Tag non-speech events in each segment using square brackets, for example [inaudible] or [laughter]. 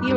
You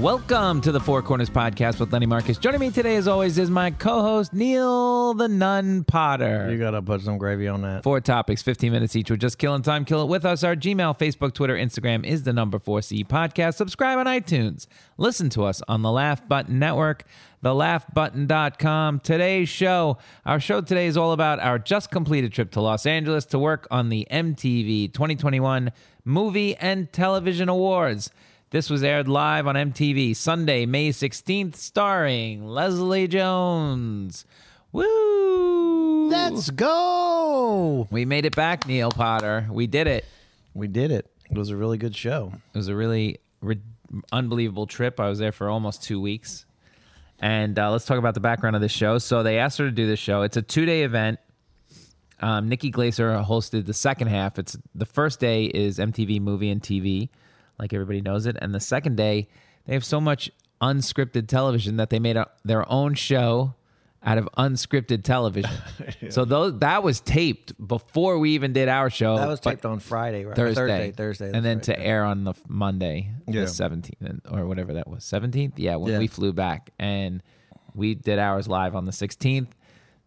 Welcome to the Four Corners Podcast with Lenny Marcus. Joining me today, as always, is my co host, Neil the Nun You Potter. gotta put some gravy on that. Four topics, 15 minutes each. We're just killing time. Kill it with us. Our Gmail, Facebook, Twitter, Instagram is the number 4C podcast. Subscribe on iTunes. Listen to us on the Laugh Button Network, thelaughbutton.com. Today's show, our show today is all about our just completed trip to Los Angeles to work on the MTV 2021 Movie and Television Awards. This was aired live on MTV Sunday, May 16th, starring Leslie Jones. Woo! Let's go. We made it back, Neil Potter. We did it. We did it. It was a really good show. It was a really re- unbelievable trip. I was there for almost two weeks. And uh, let's talk about the background of this show. So they asked her to do this show. It's a two day event. Um, Nikki Glaser hosted the second half. It's the first day is MTV Movie and TV, like everybody knows it, and the second day they have so much unscripted television that they made a, their own show out of unscripted [laughs] television. So those that was taped before we even did our show. That was but- taped on Friday, right? Thursday, Thursday, Thursday, and then that's to air on the f- Monday, Yeah. the seventeenth, or whatever that was, seventeenth. Yeah, when Yeah. we flew back, and we did ours live on the sixteenth.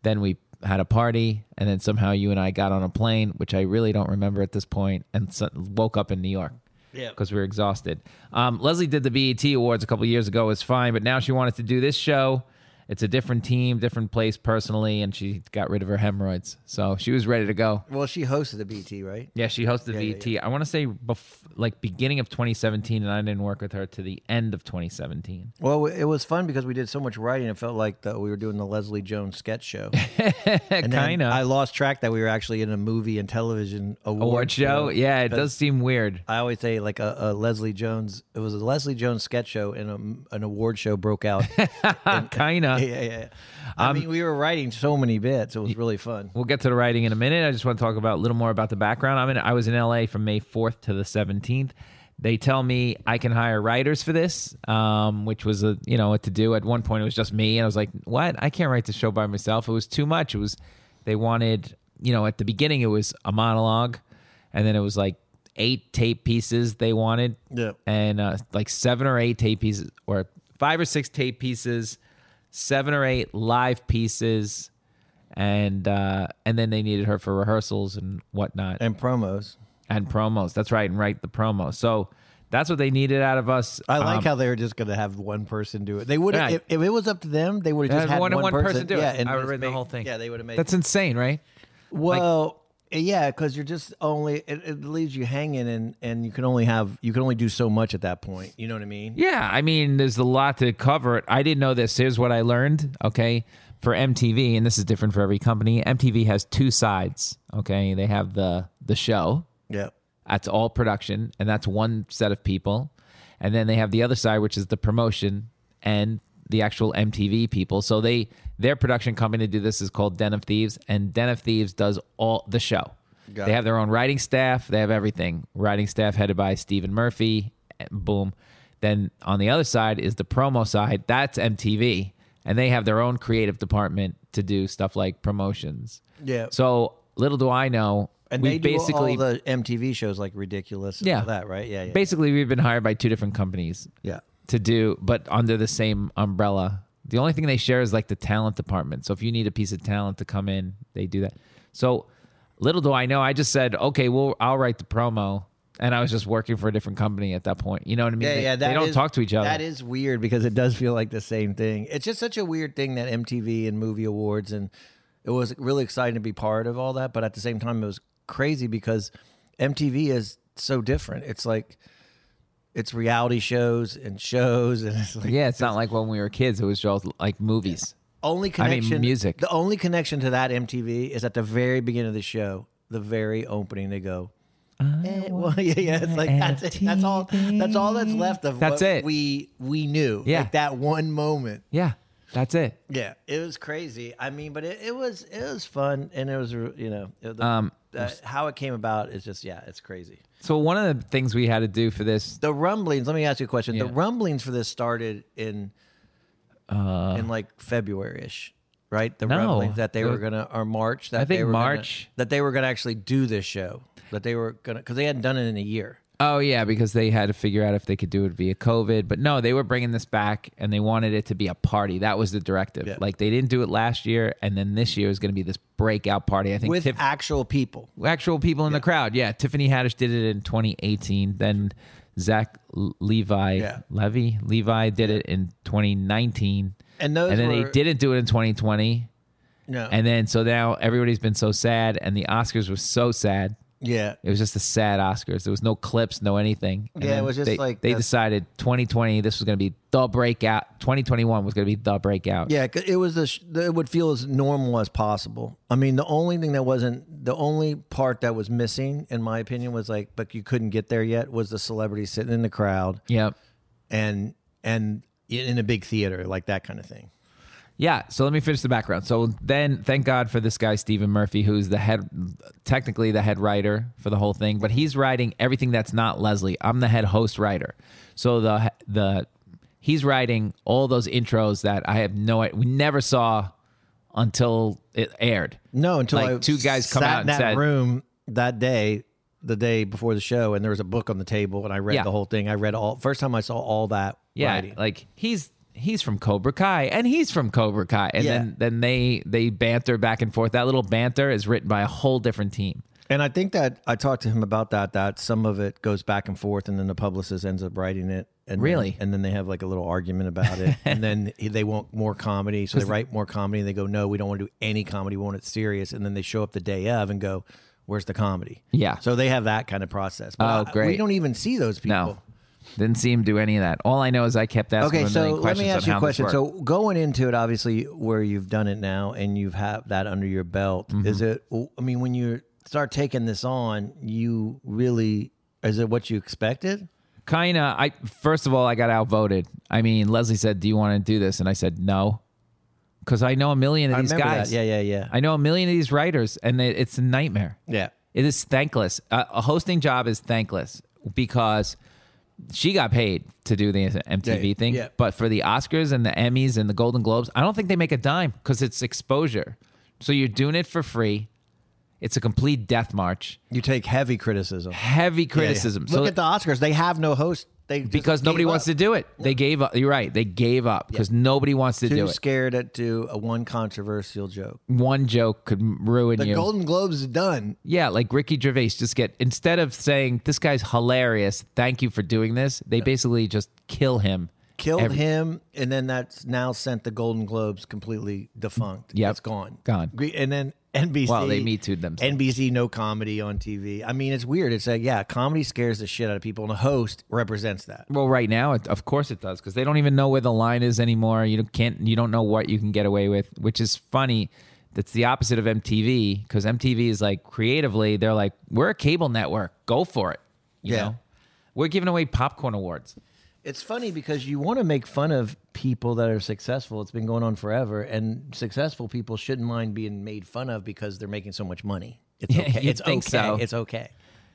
Then we had a party, and then somehow you and I got on a plane, which I really don't remember at this point, and so, woke up in New York. Yeah. because we were exhausted. Um, Leslie did the BET Awards a couple years ago; it was fine, but now she wanted to do this show. It's a different team, different place personally, and she got rid of her hemorrhoids, so she was ready to go. Well, she hosted the BT, right? Yeah, she hosted yeah, VT. I want to say bef- like beginning of 2017, and I didn't work with her to the end of [laughs] 2017. Well, it was fun because we did so much writing. It felt like that we were doing the Leslie Jones sketch [laughs] show. And then kind of I award, lost track that we were actually in a movie and television award, show. Yeah, it But does seem weird. [laughs] I always say like a, a Leslie Jones. It was a Leslie Jones sketch show, and a, an award show broke [laughs] out. kind of. [laughs] yeah, yeah. yeah. I mean, we were writing so many bits; it was really fun. We'll get to the writing in a minute. I just want to talk about a little more about the background. I'm in, I was in LA from May 4th to the 17th. They tell me I can hire writers for this, um, which was a you know what to do. At one point, it was just me, and I was like, "What? I can't write the show by myself. It was too much. It was they wanted you know at the beginning it was a monologue, and then it was like eight tape pieces they wanted, Yep. and uh, like seven or eight tape pieces or five or six tape pieces, seven or eight live pieces, and uh, and then they needed her for rehearsals and whatnot and, And promos. promos. That's right, and write the promo. So that's what they needed out of us. I like Um, how they were just going to have one person do it. They would have Yeah. if, if it was up to them. They would have Yeah, just had one- one one, person do it. Yeah, and I would've just written the make- whole thing. Yeah, they would have made. that's insane, right? well, yeah, because you're just only it, it leaves you hanging, and and you can only have you can only do so much at that point. You know what I mean? Yeah, I mean, there's a lot to cover. I didn't know this. Here's what I learned, okay? For MTV, and this is different for every company. MTV has two sides, okay? They have the the show, Yeah. That's all production, and that's one set of people. And then they have the other side, which is the promotion and the actual MTV people. So they their production company to do this is called Den of Thieves, and Den of Thieves does all the show. Got they it. have their own writing staff. They have everything. Writing staff headed by Stephen Murphy. eh, Boom. Then on the other side is the promo side. That's MTV, and they have their own creative department to do stuff like promotions. Yeah. So little do I know. And we they do basically all the MTV shows like ridiculous. And Yeah. all that right. Yeah, yeah. basically we've been hired by two different companies yeah. to do but under the same umbrella the only thing they share is like the talent department so if you need a piece of talent to come in they do that so little do i know i just said okay well i'll write the promo and i was just working for a different company at that point you know what i mean Yeah, they, yeah. they that don't is- talk to each other That is weird because it does feel like the same thing. It's just such a weird thing that MTV and movie awards and it was really exciting to be part of all that, but at the same time it was crazy because MTV is so different. It's like it's reality shows and shows [laughs] and it's like yeah it's not like when we were kids it was just like movies only I mean, connection music. The only connection to that MTV is at the very beginning of the show, the very opening they go Eh, well, [laughs] yeah, yeah. It's like that's it. That's all. That's all that's left of. That's what it. We we knew. Yeah. Like that one moment. Yeah, that's it. Yeah. It was crazy. I mean, but it, it was it was fun, and it was you know it- the, Um, uh, how it came about is just yeah, it's crazy. So one of the things we had to do for this, The rumblings. Let me ask you a question. The Yeah. rumblings for this started in in like February ish. Right, the Uh, No. rumblings that they It were was- gonna, or March that I think they were gonna- March. that they were gonna actually do this show, that they were gonna because they hadn't done it in a year. oh yeah, because they had to figure out if they could do it via COVID. But no, they were bringing this back, and they wanted it to be a party. That was the directive. Yeah. Like they didn't do it last year, and then this year is going to be this breakout party. I think with Tiff- actual people. actual people in the crowd. Yeah, Tiffany Haddish did it in 2018. Then Zach L- Levi Yeah. Levy Levi did it in 2019, And those and then were- they didn't do it in 2020. No. And then so now everybody's been so sad, and the Oscars was so sad. yeah. It was just the sad Oscars. There was no clips, no anything. And Yeah, it then was just they, like they the- decided 2020. This was going to be the breakout. 2021 was going to be the breakout. Yeah, 'cause it was the sh- it would feel as normal as possible. I mean, the only thing that wasn't the only part that was missing, in my opinion, was like, but you couldn't get there yet. Was the celebrity sitting in the crowd Yep. and and in a big theater like that kind of thing? Yeah, so let me finish the background. So then, thank God for this guy Stephen Murphy, who's the head, technically the head writer for the whole thing, but he's writing everything that's not Leslie. I'm the head host writer, so the the he's writing all those intros that I have no we never saw until it aired. No, until Like, I two guys come sat out in and that said- room that day, the day before the show, and there was a book on the table, and I read Yeah. the whole thing. I read all first time I saw all that. Yeah, writing. like he's he's from Cobra Kai and he's from Cobra Kai, and Yeah. then then they they banter back and forth. That little banter is written by a whole different team. And I think that I talked to him about that. That some of it goes back and forth, and then the publicist ends up writing it. And Really? then, and then they have like a little argument [laughs] about it, and then he- they want more comedy, so they write more comedy, and they go, "No, we don't want to do any comedy. We want it serious." And then they show up the day of and go, "Where's the comedy?" Yeah. So they have that kind of process. Oh, I- we great. don't even see those people. No, didn't see him do any of that. All I know is I kept asking Okay, him a so million let questions me ask on you a how this question. worked. So going into it, obviously, where you've done it now and you've had that under your belt, Mm-hmm. is it? I mean, when you start taking this on, you really is it what you expected? kinda, I first of all, I got outvoted. I mean, Leslie said, "Do you want to do this?" And I said, "No," because I know a million of I these remember guys. that. Yeah, yeah, yeah, I know a million of these writers, and it, it's a nightmare. yeah. It is thankless. A a hosting job is thankless because she got paid to do the MTV Yeah, thing, yeah. but for the Oscars and the Emmys and the Golden Globes, I don't think they make a dime because it's exposure. So you're doing it for free. It's a complete death march. You take heavy criticism. Heavy criticism. Yeah, yeah. Look at the Oscars; they have no host. They just because nobody gave wants to up. do it. They gave up. You're right. They gave up because nobody wants to Too do it. scared at do a one controversial joke. One joke could m- ruin The you. Golden Globes is done. Yeah, like Ricky Gervais just get instead of saying this guy's hilarious, thank you for doing this, they basically just kill him. Killed Every- him, and then that's now sent the Golden Globes completely defunct. Yep. it's gone, Gone. Gre- And then NBC. Well, they Me Too'd themselves. NBC no comedy on TV. I mean, it's weird. It's like yeah, comedy scares the shit out of people, and a host represents that. Well, right now, it, of course it does because they don't even know where the line is anymore. You don't- can't, you don't know what you can get away with, which is funny. That's the opposite of MTV because MTV is like creatively, they're like, we're a cable network, go for it. You Yeah. know, we're giving away popcorn awards. It's funny because you want to make fun of people that are successful. It's been going on forever, and successful people shouldn't mind being made fun of because they're making so much money. [laughs] It's Yeah, okay. you'd it's think okay. so. It's okay.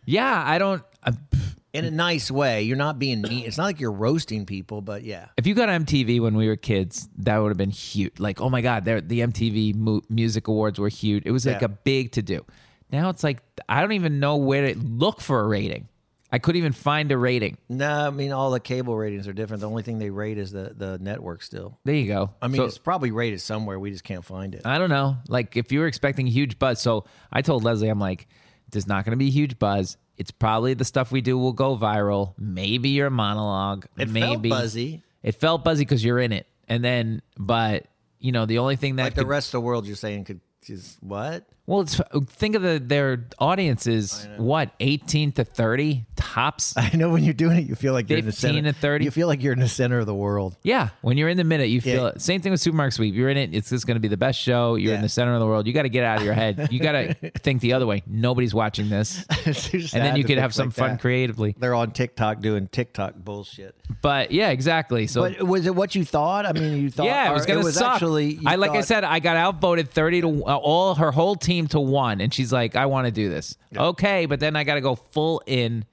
Yeah, I don't. uh, I, In a nice way. You're not being mean. It's not like you're roasting people, but yeah. if you got MTV when we were kids, that would have been huge. Like, oh my God, they're- the MTV mu- Music Awards were huge. It was like Yeah. a big to do. Now it's like, I don't even know where to look for a rating. I couldn't even find a rating. No, I mean all the cable ratings are different. The only thing they rate is the the network still. There you go. I mean, So- Uh, it's probably rated somewhere. We just can't find it. I don't know. Like if you were expecting huge buzz, so I told Leslie, I'm like, there's not going to be huge buzz. It's probably the stuff we do will go viral. Maybe your monologue. It felt maybe buzzy. It felt buzzy because you're in it, and then but you know the only thing that like the could- rest of the world, you're saying could is what? [laughs] Well, it's, uh, think of the their audiences. What eighteen to thirty [laughs] tops? I know when you're doing it, you feel like you're in the 15 center. and 30. You feel like you're in the center of the world. [laughs] Yeah, when you're in the minute, you feel Yeah. it. Same thing with Supermarket Sweep. You're in it. It's just going to be the best show. You're in Yeah. the center of the world. You got to get out of your head. You got [laughs] to think the other way. Nobody's watching this, and then you could have some fun creatively. They're on TikTok doing TikTok bullshit. But yeah, exactly. So But was it what you thought? I mean, you thought yeah, it was or going to was suck. actually. you I like I thought- said, I got outvoted thirty to uh, all her whole team to one, and she's like, "I want to do this." Okay, but then I got to go full in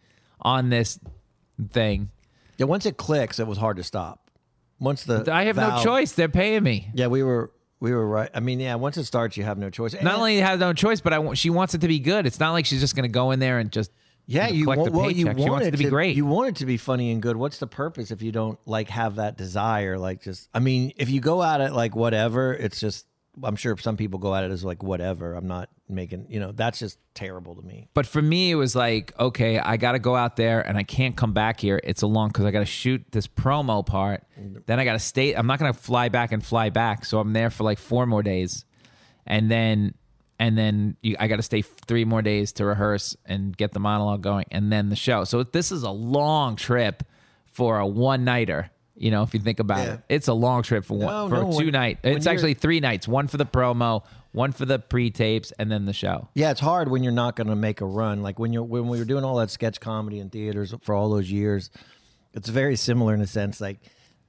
on this thing. Yeah, once it clicks, it was hard to stop. Once the I have no valve- choice. They're paying me. Yeah, we were we were right. I mean, yeah, once it starts, you have no choice. And- Not only have no choice, but I want, she wants it to be good. It's not like she's just going to go in there and just yeah, you collect want the well, you paycheck. want She wants it to be great. You want it to be funny and good. What's the purpose if you don't like have that desire? Like, just I mean, if you go at it like whatever, it's just. I'm sure some people go at it as like whatever. I'm not making, you know, that's just terrible to me. But for me, it was like, okay, I got to go out there and I can't come back here. It's a long because I got to shoot this promo part. Then I got to stay. I'm not going to fly back and fly back. So I'm there for like four more days, and then and then you, I got to stay three more days to rehearse and get the monologue going, and then the show. So this is a long trip for a one nighter. You know, if you think about Yeah. it, it's a long trip for one No, for no, two when- night. when It's you're- actually three nights: one for the promo, one for the pre tapes, and then the show. Yeah, it's hard when you're not going to make a run. Like when you're when we were doing all that sketch comedy in theaters for all those years, it's very similar in a sense. Like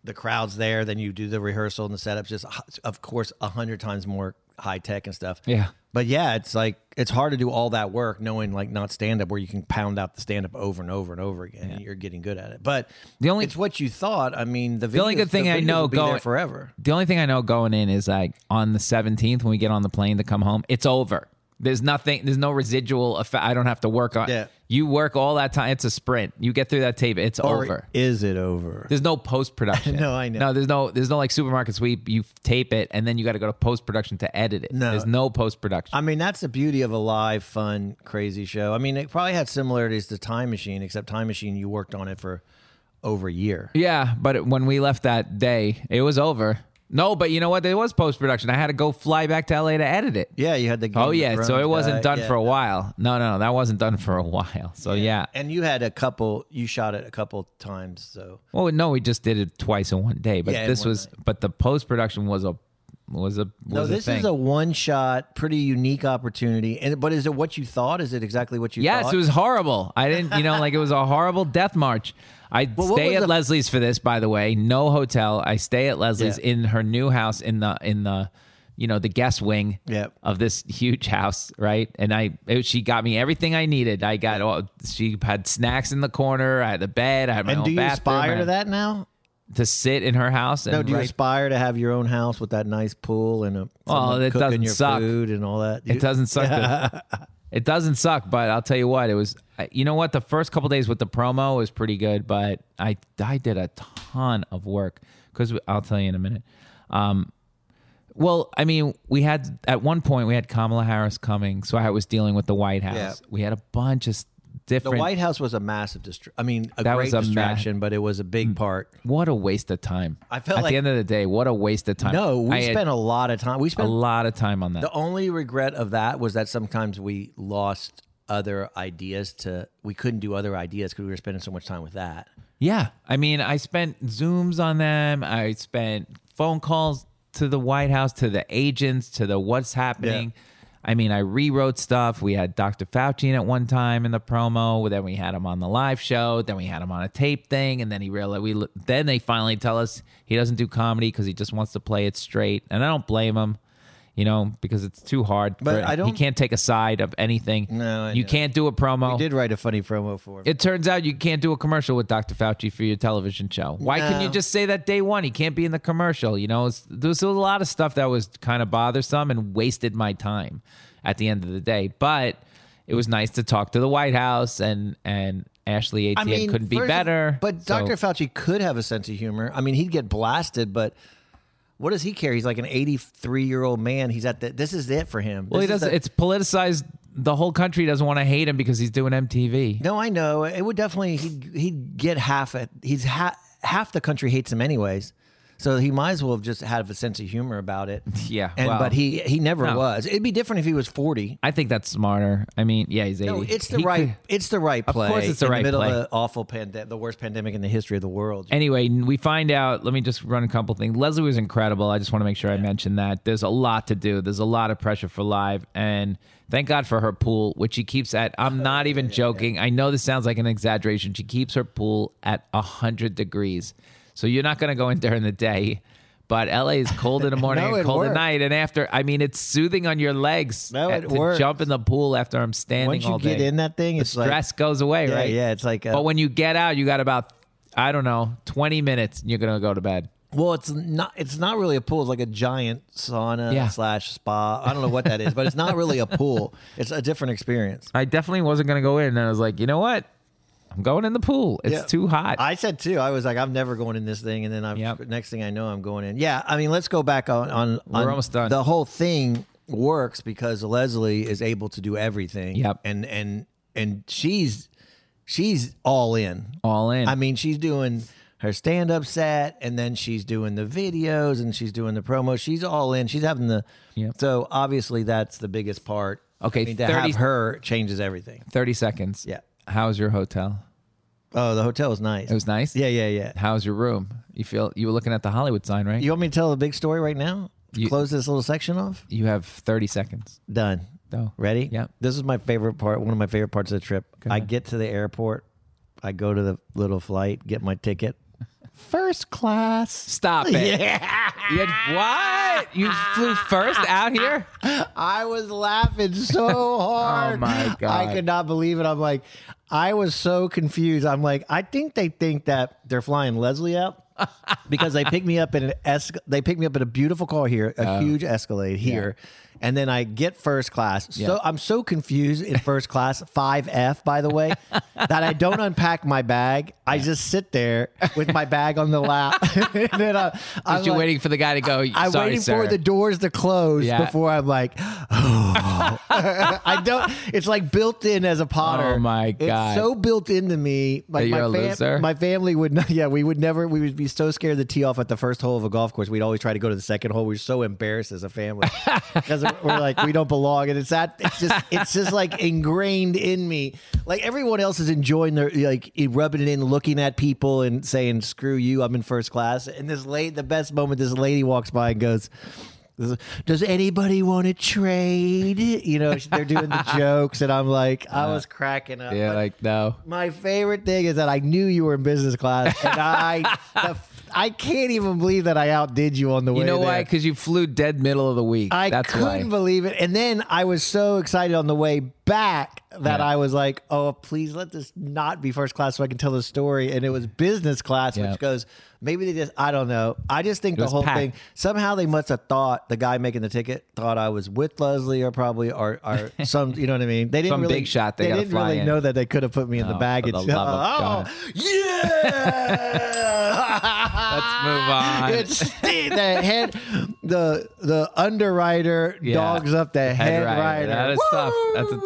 the crowd's there, then you do the rehearsal and the setups. Just of course, a hundred times more high tech and stuff. Yeah. But yeah, it's like it's hard to do all that work knowing like not stand up where you can pound out the stand up over and over and over again. And you're getting good at it. But The only- it's what you thought. I mean, the, videos, only good thing I videos know will be going- there forever. The only thing I know going in is like on the 17th when we get on the plane to come home, it's over. There's nothing, there's no residual effect. I don't have to work on Yeah. You work all that time. It's a sprint. You get through that tape, it's Or over. is it over? There's no post production. [laughs] No, I know. No, there's no, there's no like supermarket sweep. You tape it and then you got to go to post production to edit it. No. There's no post production. I mean, that's the beauty of a live, fun, crazy show. I mean, it probably had similarities to Time Machine, except Time Machine, you worked on it for over a year. Yeah, but when we left that day, it was over. No, but you know what? There was post production. I had to go fly back to LA to edit it. Yeah, you had the. Game Oh of yeah, so Thrones it wasn't guy. done Yeah. for a while. No, no, no, that wasn't done for a [laughs] while. So yeah. And you had a couple. You shot it a couple times, so Well, no, we just did it twice in one day, but Yeah, in this one was but the post production was a was a was no, a this thing. is a one-shot, pretty unique opportunity. And but is it what you thought? Is it exactly what you? Yes, thought? it was horrible. I didn't, you know, like it was a horrible death march. [laughs] I what stay was at the- Leslie's for this, by the way. No hotel. I stay at Leslie's Yeah. in her new house in the in the you know the guest wing Yeah. of this huge house, right? And I it, she got me everything I needed. I got all she had snacks in the corner. I had the bed. I had my And own do you bathroom. I aspire to had- that now? to sit in her house? And No, do you write- aspire to have your own house with that nice pool and a Well, someone it cooking doesn't your suck. food and all that? It doesn't suck. [laughs] to- it doesn't suck, but I'll tell you what, it was. I- You know what? The first couple days with the promo was pretty good, but I I did a ton of work because I'll tell you in a minute. Um, well, I mean, we had at one point we had Kamala Harris coming, so I was dealing with the White House. Yeah. We had a bunch of s- The different. White House was a massive distraction. I mean, a That great was a ma- Hmm. distraction, but it was a big part. what a waste of time! I felt at like- the end of the day, what a waste of time. No, we I had spent a lot of time. We a spent lot of time on that. the only regret of that was that sometimes we lost other ideas to we couldn't do other ideas because we were spending so much time with that. Yeah. I mean, I spent Zooms on them. I spent phone calls to the White House, to the agents, to the what's happening. I mean, I rewrote stuff. We had Dr. Fauci in at one time in the promo. Then we had him on the live show. Then we had him on a tape thing. And then he realized we. Then they finally tell us he doesn't do comedy because he just wants to play it straight. And I don't blame him, you know, because it's too hard. But for- I He don't- can't take a side of anything. No, I you know. can't do a promo We did write a funny promo for him. it turns out you can't do a commercial with Dr. Fauci for your television show. Why couldn't you No. just say that day one? He can't be in the commercial. You know, it's, there was a lot of stuff that was kind of bothersome and wasted my time at the end of the day. But it was nice to talk to the White House and and Ashley ATN couldn't be first of- better. But So- Dr. Fauci could have a sense of humor. I mean, he'd get blasted, but what does he care? He's like an 83 year old man. He's at the. This is it for him. well, he This is doesn't. the- it's politicized. The whole country doesn't want to hate him because he's doing MTV. No, I know. It would definitely he'd, he'd get half it. He's ha- half the country hates him anyways. So he might as well have just had a sense of humor about it. [laughs] Yeah, And well, but he he never no. was. It'd be different if he was 40. I think that's smarter. I mean, yeah, he's 80. No, it's the He right could- it's the right Of play. course it's the in right the middle play. of an awful pandemic, the worst pandemic in the history of the world. Anyway, we find out. Let me just run a couple things. Leslie was incredible. I just want to make sure I mention that. There's a lot to do. There's a lot of pressure for live, and thank God for her pool, which she keeps at. I'm not even joking. I know this sounds like an exaggeration. She keeps her pool at hundred degrees, so you're not going to go in during the day. But LA is cold in the morning, [laughs] No, and it cold at worked. night, and after. I mean, it's soothing on your legs No, at- it to works. jump in the pool after I'm standing Once you all get day. in that thing, the it's like- stress goes away, Yeah, right? yeah, it's like a- but when you get out, you got about I don't know twenty minutes, and you're gonna go to bed. Well, it's not. It's not really a pool. It's like a giant sauna Yeah. slash spa. I don't know what that is, but it's not really a pool. It's a different experience. I definitely wasn't gonna go in, and I was like, you know what? I'm going in the pool. It's Yeah. too hot. I said too. I was like, I'm never going in this thing, and then I'm Yep. next thing I know, I'm going in. Yeah, I mean, let's go back on. on We're on- almost done. The whole thing works because Leslie is able to do everything. Yep. and and and she's she's all in. All in. I mean, she's doing her stand up set and then she's doing the videos and she's doing the promo. She's all in. She's having the. Yep. So obviously, that's the biggest part. Okay, I mean, to 30 have her changes everything. Thirty seconds. Yeah. How's your hotel? Oh, the hotel was nice. It was nice. yeah, yeah, yeah. How's your room? You feel you were looking at the Hollywood sign, right? You want me to tell the big story right now? You- Close this little section off? you have thirty seconds. Done. Though. Ready? Yep. This is my favorite part, one of my favorite parts of the trip. I get to the airport, I go to the little flight, get my ticket. First class. Stop it. [laughs] Yeah. You had, what? You flew first out here? I was [laughs] laughing so hard. Oh my God. I could not believe it. I'm like, I was so confused. I'm like, I think they think that they're flying [laughs] Leslie out because they picked me up in an es- they picked me up in a beautiful car here, Oh. a huge Escalade here, and then I get first class. So I'm so confused in first class, [laughs] five F by the way, that I don't unpack my bag. I just sit there with my bag on the lap. [laughs] and then I, I'm Because you're like- waiting for the guy to go. I'm Sorry, waiting sir. for the doors to close Yeah. before I'm like, oh. [laughs] I don't. It's like built in as a Potter. Oh, my God. It's so built into me. Like That you're my, a loser? family would not. Yeah, we would never. We would be so scared to tee off at the first hole of a golf course. We'd always try to go to the second hole. We were so embarrassed as [laughs] a family because we're like we don't belong, and it's that. It's just. It's just like ingrained in me. Like everyone else is enjoying their like e, rubbing it in, looking at people and saying "screw you," I'm in first class. And this late, the best moment, this lady walks by and goes. Does anybody want to trade? You know, they're [laughs] doing the jokes, and I'm like, I was cracking up. Yeah, But- like no. my favorite thing is that I knew you were in business class, [laughs] and I, the, f- I can't even believe that I outdid you on the way. You know there. why? Because you flew dead middle of the week. I That's couldn't why. believe it. And then I was so excited on the way back that Yeah. I was like, "Oh, please let this not be first class, so I can tell the story." And it was business class, Yeah. which goes maybe they just I don't know. I just think the was whole packed. thing somehow they must have thought the guy making the ticket thought I was with Leslie or probably or, [laughs] or some you know what I mean. They didn't Some really big shot they They, gotta didn't fly really in. know that they could have put me in Oh, the for baggage. the love of God. [laughs] oh yeah. [laughs] Let's move on. It's sti- [laughs] the head, the the underwriter Yeah. dogs up the head, writer. That is tough. That's a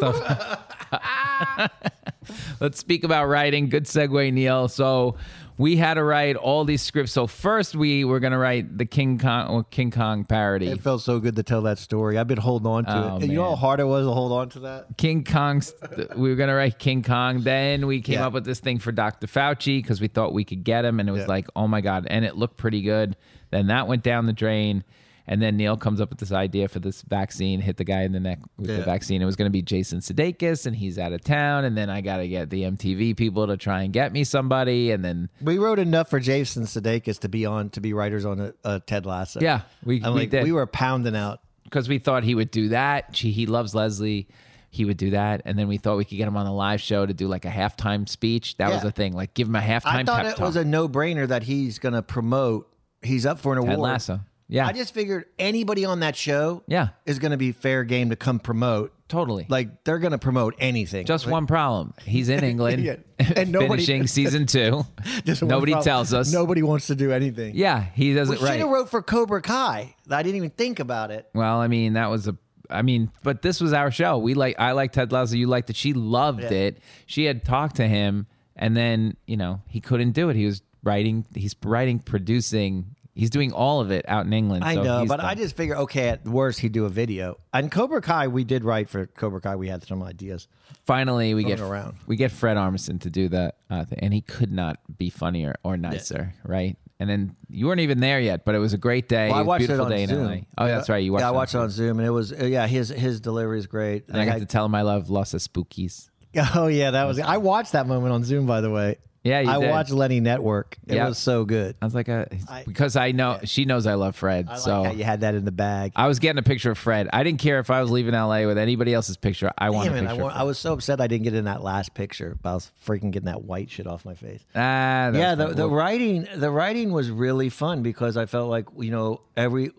tough. [laughs] Let's speak about writing. Good segue, Neil. So we had to write all these scripts. So first, we were going to write the King Kong well, King Kong parody. It felt so good to tell that story. I've been holding on to Oh, it. And you know man. how hard it was to hold on to that? King Kong's. We were gonna write King Kong. Then we came Yeah. up with this thing for Dr. Fauci because we thought we could get him, and it was Yeah. like, oh my god! And it looked pretty good. Then that went down the drain, and then Neil comes up with this idea for this vaccine. Hit the guy in the neck with the Yeah. vaccine. It was gonna be Jason Sudeikis, and he's out of town. And then I gotta get the MTV people to try and get me somebody, and then We wrote enough for Jason Sudeikis to be on to be writers on a, a Ted Lasso. Yeah, we- I'm we like, did. we were pounding out. because we thought he would do that. She, he loves Leslie. He would do that. And then we thought we could get him on a live show to do like a halftime speech. That was Yeah. the thing. Like, give him a halftime I thought pep it was talk. a no brainer that he's going to promote. He's up for an Ted award. Lasso. Yeah. I just figured anybody on that show Yeah. is going to be fair game to come promote. totally. Like they're going to promote anything. just one problem. He's [laughs] in England Yeah. And nobody- finishing season two. [laughs] [laughs] Just one nobody problem. tells us. Nobody wants to do anything. Yeah, he We doesn't should right. have wrote for Cobra Kai. I didn't even think about it. Well, I mean, that was a. I mean, but this was our show. We like. I liked Ted Lasso. You liked it. She loved it. She had talked to him, and then you know he couldn't do it. He was writing. He's writing, producing. He's doing all of it out in England. I so know, he's but the- I just figure, okay, at worst, he'd do a video. And Cobra Kai, we did write for Cobra Kai. We had some ideas. finally we get Going around. we get Fred Armisen to do that, uh, thing, and he could not be funnier or nicer, right? And then you weren't even there yet, but it was a great day. Well, I was a watched it beautiful on day Zoom. in LA. Oh, that's right. You watched. yeah, I it watched it on. on Zoom, and it was uh, yeah. His his delivery is great. Zoom. And I got to tell him I love Los Spookies. [laughs] oh yeah, that was. I watched that moment on Zoom, by the way. Yeah, you I did. watched Lenny Network. It Yeah. was so good. I was like, uh, I- because I know she knows I love Fred, I so like how you had that in the bag. I was getting a picture of Fred. I didn't care if I was leaving LA with anybody else's picture. I wanted Damn a it, I, picture. of wa- I Fred. was so upset I didn't get in that last picture, but I was freaking getting that white shit off my face. Ah, that yeah, was the, fun. the Well, writing the writing was really fun because I felt like you know every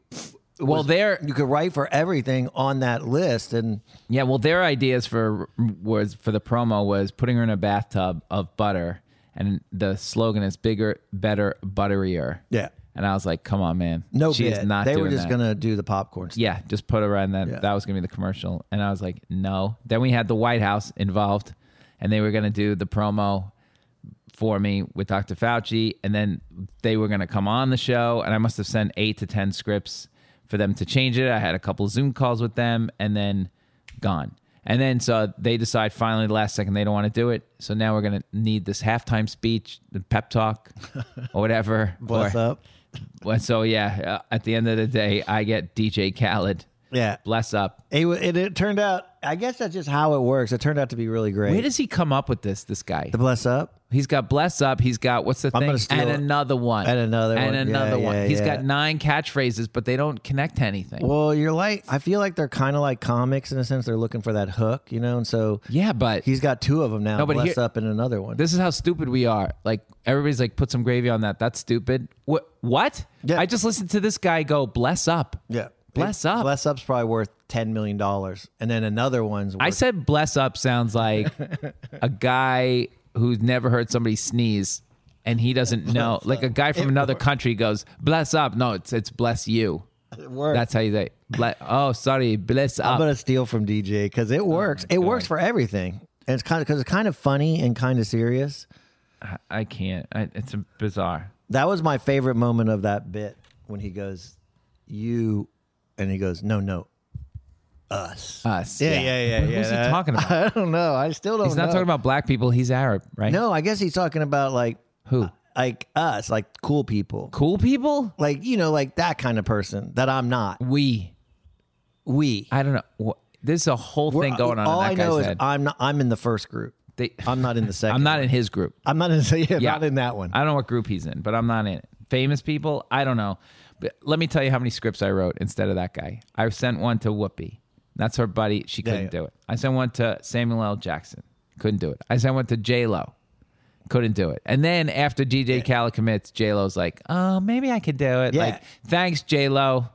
well, there, you could write for everything on that list and Yeah, well, their ideas for was for the promo was putting her in a bathtub of butter, and the slogan is bigger, better, butterier. Yeah. and I was like, come on, man, no she is bid. not. they doing were just that. gonna do the popcorn stuff. Yeah, just put her in that. Yeah. That was gonna be the commercial, and I was like, no. Then we had the White House involved, and they were gonna do the promo for me with Dr. Fauci, and then they were gonna come on the show, and I must have sent eight to ten scripts for them to change it. I had a couple Zoom calls with them, and then gone. And then so they decide finally the last second they don't want to do it. So now we're gonna need this halftime speech, the pep [laughs] talk, or whatever. Bless or- up. well, so yeah, uh, at the end of the day, I get DJ Khaled. Yeah. Bless up. It, wa- it, it turned out, I guess that's just how it works. It turned out to be really great. Where does he come up with this? This guy. the bless up? He's got bless up. He's got what's the I'm thing? gonna steal And it. another one. And another And one. Yeah, another one. yeah, He's yeah. got nine catchphrases, but they don't connect to anything. Well, you're like, I feel like they're kind of like comics in a sense. They're looking for that hook, you know? And so yeah, but he's got two of them now. No, but bless here- up and another one. this is how stupid we are. Like everybody's like, put some gravy on that. That's stupid. What? What? Yeah. I just listened to this guy go bless up. yeah. Bless up. Bless up's probably worth $10 million. And then another one's worth. I said bless up sounds like [laughs] a guy who's never heard somebody sneeze and he doesn't know. like a guy from another country goes, bless up. No, it's it's bless you. it works. That's how you say bless oh sorry, bless I'm up. Oh going to steal from DJ because it works. it works for everything. And it's kind of, because it's kind of funny and kind of serious. I can't. I, it's a bizarre. That was my favorite moment of that bit when he goes, "You," and he goes, "No, no, us." Us. Yeah, yeah, yeah, Who's yeah, he that- talking [laughs] about? I don't know. I still don't. He's not know. talking about black people, he's Arab, right? No, I guess he's talking about like uh, Who? like us, like cool people, Cool people? like you know, like that kind of person that I'm not. We. We I don't know. Wha- There's a whole We're- thing going on All in that I know guy's is head. I'm not. I'm in the first group. They- [laughs] I'm not in the [laughs] second. I'm not one. in his group. I'm not in. [laughs] Yeah, Yeah. not in that one. I don't know what group he's in, but I'm not in it. Famous people, I don't know. But let me tell you how many scripts I wrote instead of that guy. I sent one to Whoopi. That's her buddy. She couldn't yeah. do it. I sent one to Samuel L. Jackson. Couldn't do it. I sent one to J Lo. Couldn't do it. And then after DJ Khaled commits, J Lo's like, "Oh, maybe I could do it." Yeah. Like, thanks, J Lo.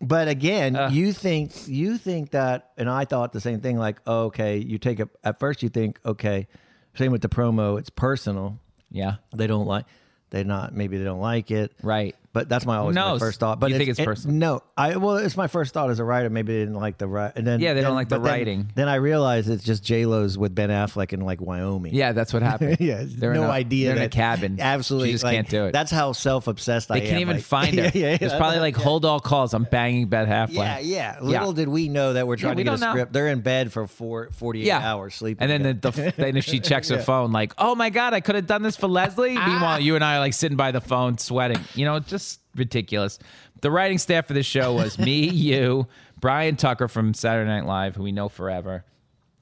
But again, Uh. you think you think that, and I thought the same thing. Like, oh, okay, you take it at first. You think, okay, same with the promo. It's personal. Yeah, They don't like. They not maybe they don't like it. right. But that's my always my knows? first thought. But You think it's it- personal? no, I well, it's my first thought as a writer. Maybe they didn't like the right, and then Yeah, they don't then- like the but then- writing. Then I realized it's just J Lo's with Ben Affleck in like Wyoming. Yeah, that's what happened. [laughs] yeah, They're in no a- idea. They're in a that- cabin. Absolutely, she just like, can't do it. That's how self obsessed I they am. can't even like- [laughs] find her. Yeah, yeah, It's yeah. probably like hold all calls. I'm banging Ben Affleck. Yeah, yeah. Little did we know that we're trying we to don't get a know. script. They're in bed for four, 48 hours sleeping. And then together. the, the, then if [laughs] she checks her phone, like, oh my god, I could have done this for Leslie. Meanwhile, you and I are like sitting by the phone, sweating. You know, just ridiculous. The writing staff for the show was me, [laughs] you, Brian Tucker from Saturday Night Live, who we know forever,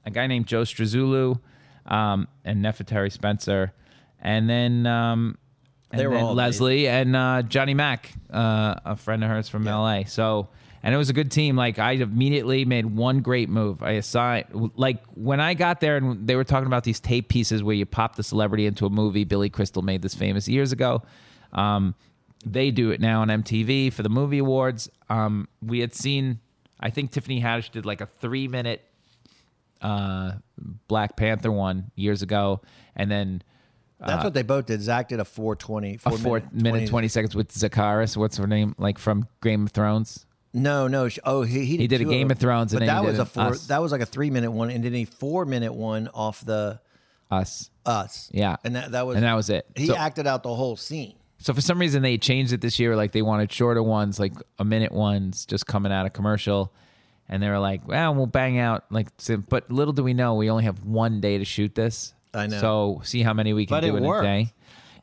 a guy named Joe Straczulu, um, and Nefertari Spencer, and then. Um, and They were then all Leslie and uh, Johnny Mack, uh, a friend of hers from LA. So, and it was a good team. Like I immediately made one great move. I assigned, like when I got there and they were talking about these tape pieces where you pop the celebrity into a movie. Billy Crystal made this famous years ago. Um, they do it now on MTV for the movie awards. Um, we had seen, I think Tiffany Haddish did like a three minute uh, Black Panther one years ago. And then that's what they both did. Zach did a 420. uh, a four minute, 20, seconds with Zakaris. What's her name? Like from Game of Thrones. No, no. sh- Oh, he, he, did He did a two Game them. of Thrones and But then he that did was a an four. Us. That was like a three minute one, and then a four minute one off the Us. us. Yeah. and that that was And that was it. He So- acted out the whole scene. So for some reason they changed it this year. Like they wanted shorter ones, like a minute ones, just coming out of commercial. And they were like, "Well, we'll bang out like." so- But little do we know, we only have one day to shoot this. I know. So see how many we can But do it in worked. a day.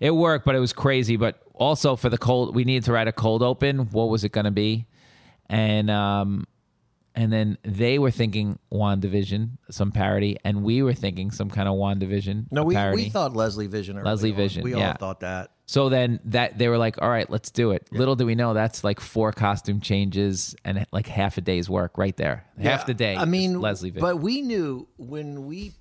It worked, but it was crazy. But also for the cold, we needed to write a cold open. What was it going to be? And um, and then they were thinking WandaVision, some parody, and we were thinking some kind of WandaVision. No, a we, parody. we thought Leslie Vision. early Leslie on. Vision, We yeah. all thought that. So then that they were like, "All right, let's do it." Little do we know that's like four costume changes and like half a day's work right there. Half the day. I is mean, Leslie. Vision. But we knew when we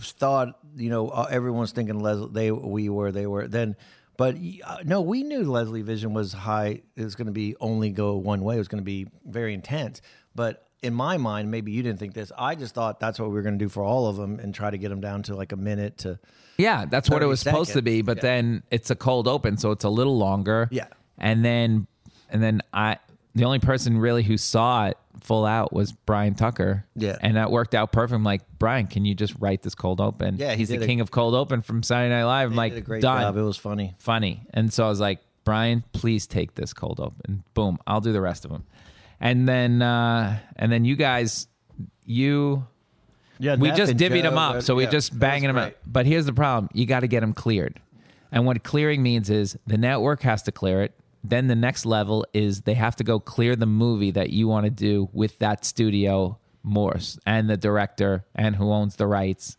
thought, you know, uh, everyone's thinking Leslie. They we were they were then. But uh, no, we knew Leslie Vision was high. It was going to be only go one way. It was going to be very intense. But in my mind, maybe you didn't think this. I just thought that's what we were going to do for all of them and try to get them down to like a minute to. Yeah, that's what it 30 was supposed to seconds. be, but Yeah. then it's a cold open, so it's a little longer. Yeah. And then and then I the only person really who saw it full out was Brian Tucker. Yeah. And that worked out perfect. I'm like, Brian, can you just write this cold open? Yeah, he He's the did a- king of cold open from Saturday Night Live. I'm They like, did a great done. job. It was funny. Funny. And so I was like, Brian, please take this cold open. Boom. I'll do the rest of them. And then uh and then you guys you Yeah, we just divvied them up, so we're just banging them out. But here's the problem: you got to get them cleared. And what clearing means is the network has to clear it. Then the next level is they have to go clear the movie that you want to do with that studio, Morse, and the director, and who owns the rights.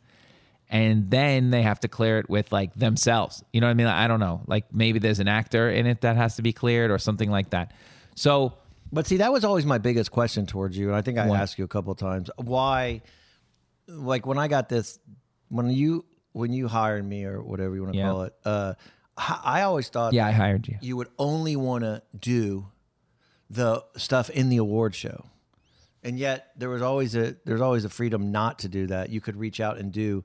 And then they have to clear it with like themselves. You know what I mean? I don't know. Like maybe there's an actor in it that has to be cleared or something like that. So But see, that was always my biggest question towards you, and I think I What? asked you a couple of times why, like when I got this, when you when you hired me or whatever you want to Yeah. call it, uh, I I always thought yeah, I hired you. you would only want to do the stuff in the award show, and yet there was always a there's always a freedom not to do that. You could reach out and do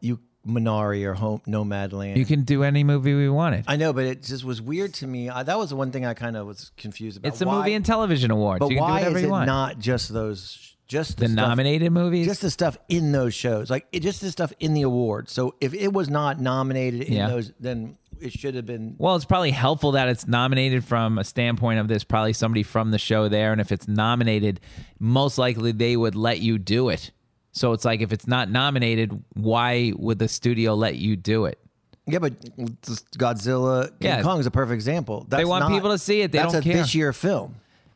you Minari or Home Nomadland. You can do any movie we wanted. I know, but it just was weird to me. I, that was the one thing I kind of was confused about. It's a Why- movie and television award. but you can do why whatever is you it want. not just those, just the, the stuff, nominated movies? just the stuff in those shows, like it, just the stuff in the awards? So if it was not nominated in Yeah. those, then it should have been. well, it's probably helpful that it's nominated from a standpoint of this, probably somebody from the show there. And if it's nominated, most likely they would let you do it. So it's like if it's not nominated, why would the studio let you do it? Yeah, but just Godzilla, King Yeah. Kong is a perfect example. That's want not- people to see it. They that's don't a care. this year film.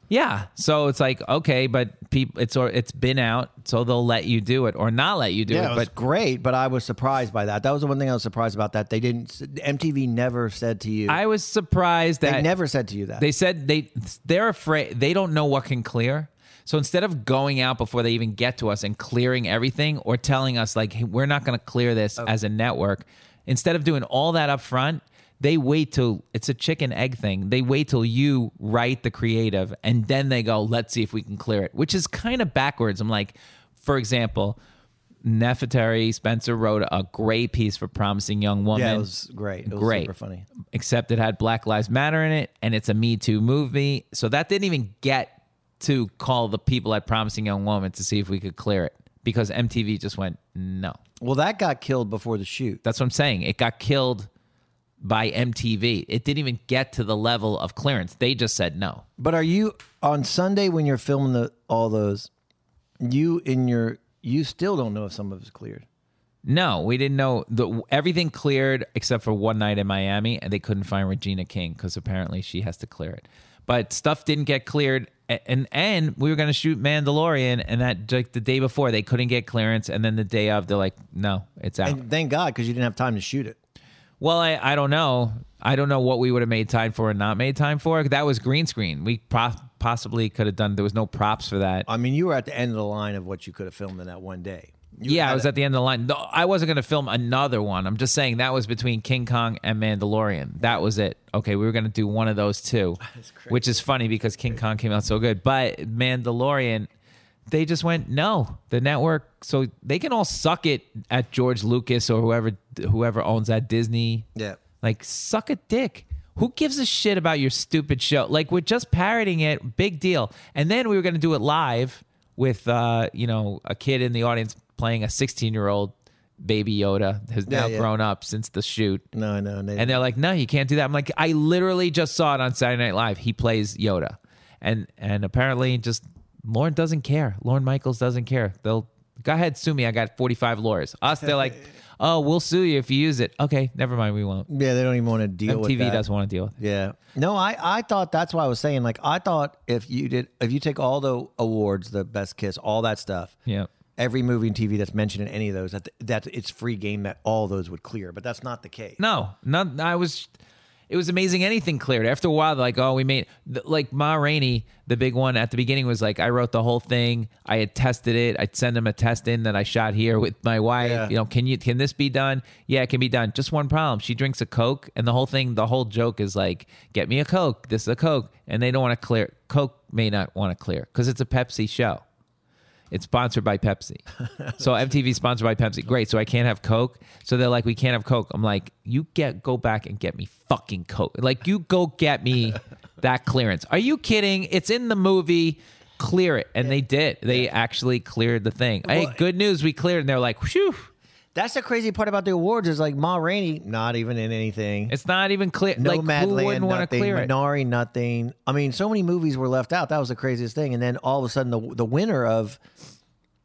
Yeah. So it's like, okay, but people it's or it's been out, so they'll let you do it or not let you do it. Yeah, it was but great, but I was surprised by that. That was the one thing I was surprised about. That they didn't. MTV never said to you. I was surprised they that never said to you that. They said they they're afraid they don't know what can clear. So instead of going out before they even get to us and clearing everything or telling us like hey, we're not going to clear this Oh. as a network, instead of doing all that up front, they wait till it's a chicken egg thing. They wait till you write the creative and then they go, "Let's see if we can clear it," which is kind of backwards. I'm like, for example, Nefertari Spencer wrote a great piece for Promising Young Woman yeah, it was great. It was great. super funny. Except it had Black Lives Matter in it, and it's a Me Too movie. So that didn't even get to call the people at Promising Young Woman to see if we could clear it because MTV just went no. Well, that got killed before the shoot. That's what I'm saying. It got killed by MTV. It didn't even get to the level of clearance. They just said no. But are you on Sunday when you're filming the all those? You in your you still don't know if some of it's cleared. No, we didn't know the everything cleared except for one night in Miami, and they couldn't find Regina King because apparently she has to clear it. But stuff didn't get cleared, a- and and we were going to shoot Mandalorian, and that like the day before they couldn't get clearance, and then the day of they're like, no, it's out. And thank God because you didn't have time to shoot it. well, I, I don't know, I don't know what we would have made time for and not made time for. That was green screen. We pro- possibly could have done. There was no props for that. I mean, you were at the end of the line of what you could have filmed in that one day. You yeah, I had was a- at the end of the line. No, I wasn't going to film another one. I'm just saying that was between King Kong and Mandalorian. That was it. Okay, we were going to do one of those [laughs] two, which is funny because King Kong came out so good, but Mandalorian, they just went no. The network, so they can all suck it at George Lucas or whoever whoever owns that Disney. Yeah. Like, suck a dick. Who gives a shit about your stupid show? Like, we're just parroting it. Big deal. And then we were going to do it live with, uh, you know, a kid in the audience playing a 16 year old Baby Yoda has now yeah. grown up since the shoot. No, I know. And they, And they're like, no, you can't do that. I'm like, I literally just saw it on Saturday Night Live. He plays Yoda. And and apparently just Lauren doesn't care. Lauren Michaels doesn't care. They'll go ahead, sue me. I got 45 lawyers. Us, they're [laughs] like, oh, we'll sue you if you use it. Okay, never mind, we won't. yeah, they don't even want to deal with MTV that. doesn't want to deal with it. Yeah. No, I, I thought that's why I was saying like I thought if you did if you take all the awards, the best kiss, all that stuff. Yeah. Every movie and TV that's mentioned in any of those that that it's free game that all those would clear, but that's not the case. No, not. I was. It was amazing. Anything cleared after a while. They're like, oh, we made th- like Ma Rainey, the big one at the beginning was like, I wrote the whole thing. I had tested it. I'd send him a test in that I shot here with my wife. Yeah. You know, can you can this be done? Yeah, it can be done. Just one problem. She drinks a Coke, and the whole thing, the whole joke is like, get me a Coke. This is a Coke, and they don't want to clear. Coke may not want to clear because it's a Pepsi show. It's sponsored by [laughs] Pepsi. so MTV sponsored by Pepsi. Great. So I can't have Coke. So they're like, we can't have Coke. I'm like, you get go back and get me fucking Coke. Like you go get [laughs] me that clearance. Are you kidding? It's in the movie. Clear it. And they did. They actually cleared the thing. hey, good news. We cleared. And they're like, whew. That's the crazy part about the awards is like Ma Rainey not even in anything. It's not even clear. no like, who Madland, wouldn't want to nothing. clear it? Minari, nothing. I mean, so many movies were left out. That was the craziest thing. And then all of a sudden, the the winner of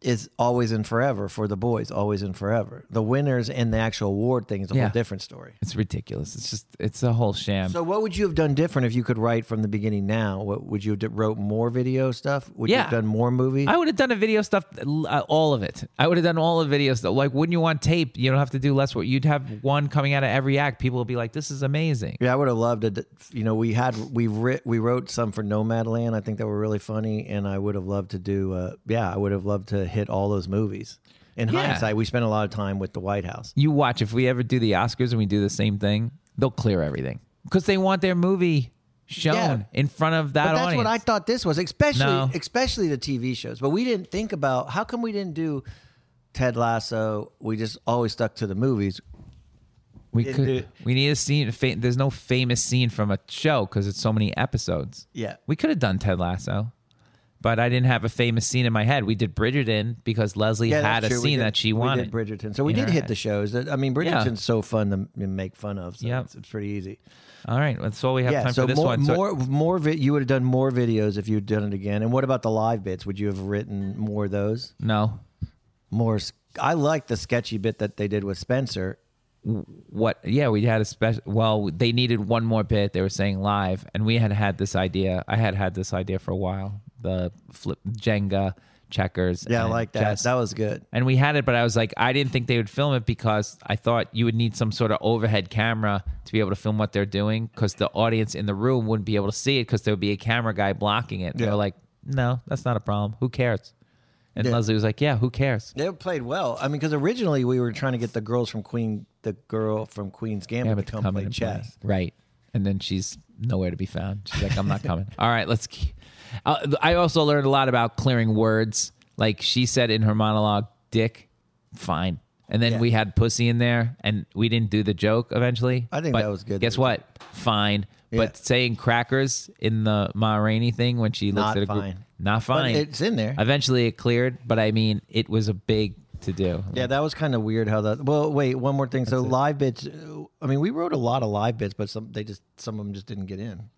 is always and forever for the boys. Always and forever. The winners and the actual award thing is a Yeah. whole different story. It's ridiculous. It's just, it's a whole sham. So, what would you have done different if you could write from the beginning now? What would you have d- wrote more video stuff? Would you have Yeah. done more movies? I would have done a video stuff, uh, all of it. I would have done all the video stuff. Like, wouldn't you want tape? You don't have to do less. Work. You'd have one coming out of every act. People would be like, "This is amazing." yeah, I would have loved it. You know, we had we writ, we wrote some for Nomadland. I think that were really funny, and I would have loved to do. Uh, yeah, I would have loved to hit all those movies. In Yeah. hindsight, we spent a lot of time with the White House. You watch if we ever do the Oscars and we do the same thing, they'll clear everything because they want their movie shown Yeah. in front of that But that's audience. what I thought this was, especially No. especially the TV shows. But we didn't think about how come we didn't do Ted Lasso. We just always stuck to the movies. we It- could. it- we need a scene. Fa- there's no famous scene from a show because it's so many episodes. Yeah. We could have done Ted Lasso, but I didn't have a famous scene in my head. We did Bridgerton because Leslie yeah, had a that's true. We scene did- that she wanted. We did Bridgerton, so we in did her hit head. the shows. That- I mean, Yeah. Bridgerton's so fun to m- make fun of. So Yep. it's, it's pretty easy. All right, that's all we have Yeah. time So for this more, one. So- more, more. Vi- you would have done more videos if you'd done it again. And what about the live bits? Would you have written more of those? no, More. s- I like the sketchy bit that they did with Spencer. what? Yeah, we had a special. Well, they needed one more bit. They were saying live, and we had had this idea. I had had this idea for a while. The flip Jenga checkers. Yeah, I and like that. chess. that was good. and we had it, but I was like, I didn't think they would film it because I thought you would need some sort of overhead camera to be able to film what they're doing because the audience in the room wouldn't be able to see it because there would be a camera guy blocking it. They Yeah. were like, no, that's not a problem. Who cares? And Yeah. Leslie was like, yeah, who cares? They played well. I mean, because originally we were trying to get the girls from Queen, the girl from Queen's Gambit, Yeah, to but come, come play and chess. play. Right. And then she's nowhere to be found. She's like, [laughs] I'm not coming. All right, let's. Keep. Uh, I also learned a lot about clearing words. Like she said in her monologue, dick, fine. And then Yeah. we had pussy in there and we didn't do the joke eventually. I think But that was good. Guess what? Fine. Yeah. But saying crackers in the Ma Rainey thing when she looks Not at a group, fine. not But fine. it's in there. Eventually it cleared, but I mean, it was a big to do. Yeah, that was kind of weird how that. Well, wait, one more thing. so live bits. uh, I mean, we wrote a lot of live bits, but some they just some of them just didn't get in.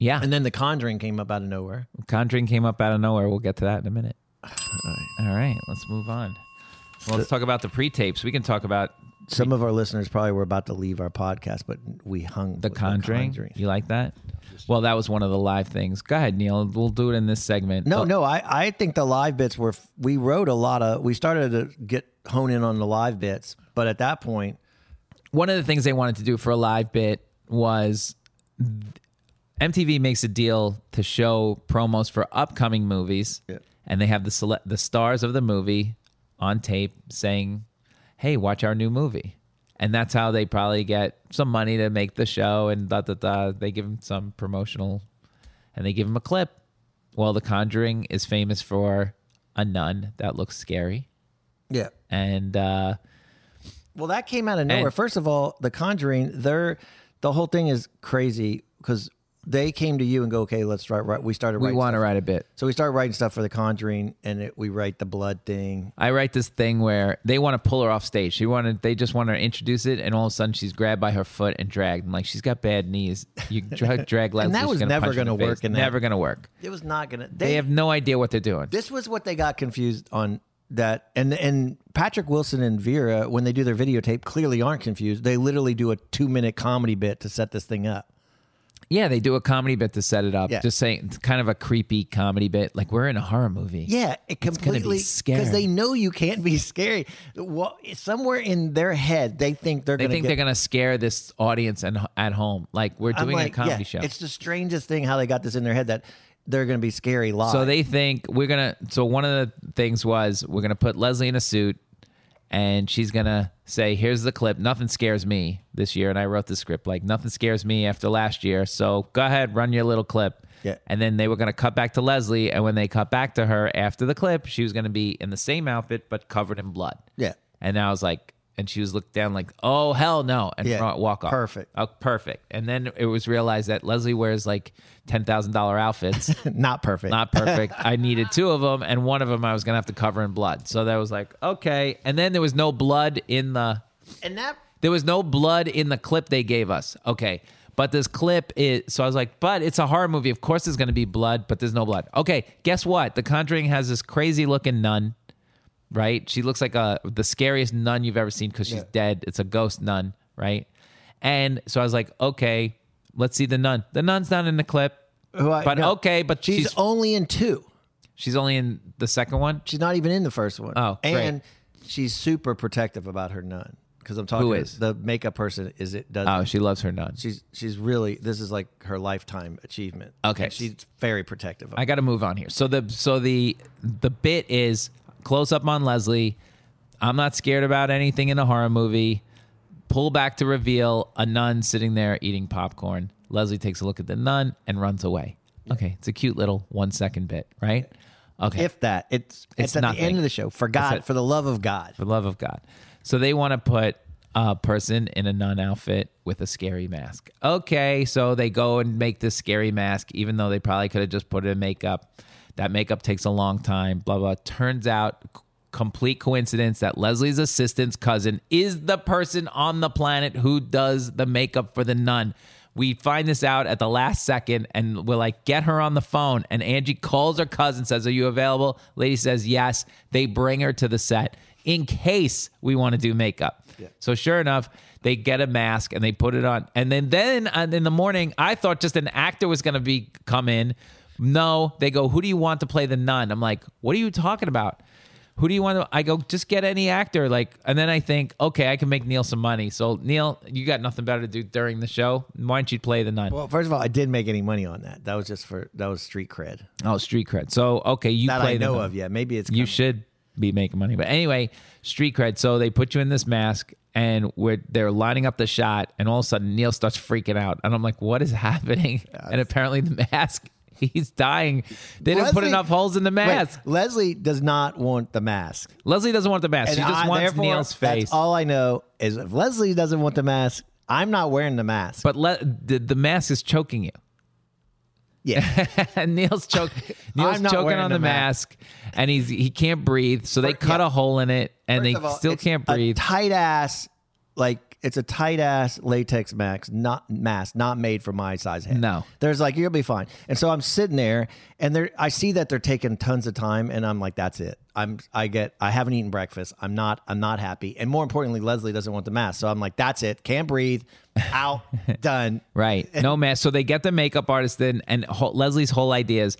Yeah. And then The Conjuring came up out of nowhere. Conjuring came up out of nowhere. We'll get to that in a minute. [sighs] All right, let's move on. Well, let's talk about the pre-tapes. We can talk about Some of our listeners probably were about to leave our podcast, but we hung the with Conjuring. You like that? Well, that was one of the live things. Go ahead, Neil. We'll do it in this segment. No, Oh, no, I, I think the live bits were f- we wrote a lot of we started to get hone in on the live bits, but at that point, One of the things they wanted to do for a live bit was MTV makes a deal to show promos for upcoming movies, and they have the sele- the stars of the movie on tape saying, "Hey, watch our new movie," and that's how they probably get some money to make the show and da da da. They give them some promotional, and they give them a clip. Well, The Conjuring is famous for a nun that looks scary, yeah, and uh, Well, that came out of nowhere. And- First of all, The Conjuring, they're the whole thing is crazy because they came to you and go, okay, let's start. Right, we started. We Writing want to stuff. write a bit. So we started writing stuff for The Conjuring, and it, we write the blood thing. I write this thing where they want to pull her off stage. She wanted, they just want to introduce it, and all of a sudden she's grabbed by her foot and dragged. I'm like, she's got bad knees. [laughs] You drag, drag Leslie. And that she's was gonna never punch her in the gonna work face. in that- never going to work. It was not gonna. They, have no idea what they're doing. this was what they got confused on that and and Patrick Wilson and Vera when they do their videotape clearly aren't confused. They literally do a 2 minute comedy bit to set this thing up. yeah, they do a comedy bit to set it up. Yeah. Just saying, it's kind of a creepy comedy bit. Like we're in a horror movie. Yeah, it gonna be completely scary. cuz they know you can't be scary. Well, somewhere in their head they think they're They going to think get they're going to scare this audience and at home. Like we're I'm doing a like, comedy show. yeah, It's the strangest thing how they got this in their head that they're going to be scary live. So they think we're gonna. So one of the things was we're gonna put Leslie in a suit, and she's gonna say, "Here's the clip. Nothing scares me this year." And I wrote the script like nothing scares me after last year. So go ahead, run your little clip. Yeah. And then they were gonna cut back to Leslie, and when they cut back to her after the clip, she was gonna be in the same outfit but covered in blood. Yeah. [laughs] And I was like, and she was looked down like, oh hell no, and Yeah. fro- walk off. Perfect. Oh, perfect. And then it was realized that Leslie wears like ten thousand dollar outfits. [laughs] not perfect. Not perfect. I needed two of them, and one of them I was gonna have to cover in blood. So that was like okay. And then there was no blood in the and that there was no blood in the clip they gave us. Okay, but this clip is so I was like, but it's a horror movie. Of course, there's gonna be blood, but there's no blood. Okay, guess what? The Conjuring has this crazy looking nun, right? She looks like a the scariest nun you've ever seen because she's dead. It's a ghost nun, right? And so I was like, okay, let's see the nun. The nun's not in the clip. Who I- but no. okay, but she's, she's only in 2. She's only in the second one. She's not even in the first one. Oh, great. and she's super protective about her nun because I'm talking. Who to is? the makeup person? Is it does? Oh, she loves her nun. she's she's really this is like her lifetime achievement. Okay. And she's very protective. Of I got to move on here. So the so the the bit is close up on Leslie. I'm not scared about anything in a horror movie. Pull back to reveal a nun sitting there eating popcorn. Leslie takes a look at the nun and runs away. Okay, it's a cute little one second bit, right? Okay. if that it's it's, It's at nothing. the end of the show. For God, it. for the love of God, for the love of God. So they want to put a person in a nun outfit with a scary mask. Okay, so they go and make this scary mask, even though they probably could have just put it in makeup. That makeup takes a long time, blah, blah. Turns out, c- complete coincidence that Leslie's assistant's cousin is the person on the planet who does the makeup for the nun. We find this out at the last second and we're like, get her on the phone. And Angie calls her cousin, says, Are you available? Lady says, Yes. They bring her to the set in case we want to do makeup. So sure enough, they get a mask and they put it on. And then then uh, in the morning, I thought just an actor was going to be come in. No, they go, "Who do you want to play the nun?" I'm like, "What are you talking about?" Who do you want to? I go, just get any actor. Like, and then I think, okay, I can make Neil some money. So, Neil, you got nothing better to do during the show. Why don't you play the nun? well, first of all, I didn't make any money on that. That was just for that was street cred oh, street cred. So, okay, you that play I the know nun. of. Yeah, maybe it's You coming. should be making money. But anyway, street cred. So they put you in this mask and we're, they're lining up the shot. And all of a sudden, Neil starts freaking out. And I'm like, what is [laughs] happening? And apparently, the mask, [laughs] he's dying. They didn't put Leslie- enough holes in the Wait, mask. Leslie does not want the mask. Leslie doesn't want the mask. she And just I- wants therefore, Neil's face. That's all I know is if Leslie doesn't want the mask, I'm not wearing the mask. But let, the, the mask is choking you. yeah, [laughs] and Neil's choking. Neil's [laughs] I'm not choking wearing on a the mask, and he's he can't breathe. So they First- cut yeah. a hole in it, and First they of all, still it's can't breathe. A tight ass, like it's a tight ass latex mask, not mask, not made for my size head. No. there's like you'll be fine. And so I'm sitting there, and there I see that they're taking tons of time, and I'm like, that's it. I'm I get I haven't eaten breakfast. I'm not I'm not happy, and more importantly, Leslie doesn't want the mask, so I'm like, that's it. Can't breathe. [laughs] Out. done. right? No mask. So they get the makeup artist in, and ho- Leslie's whole idea is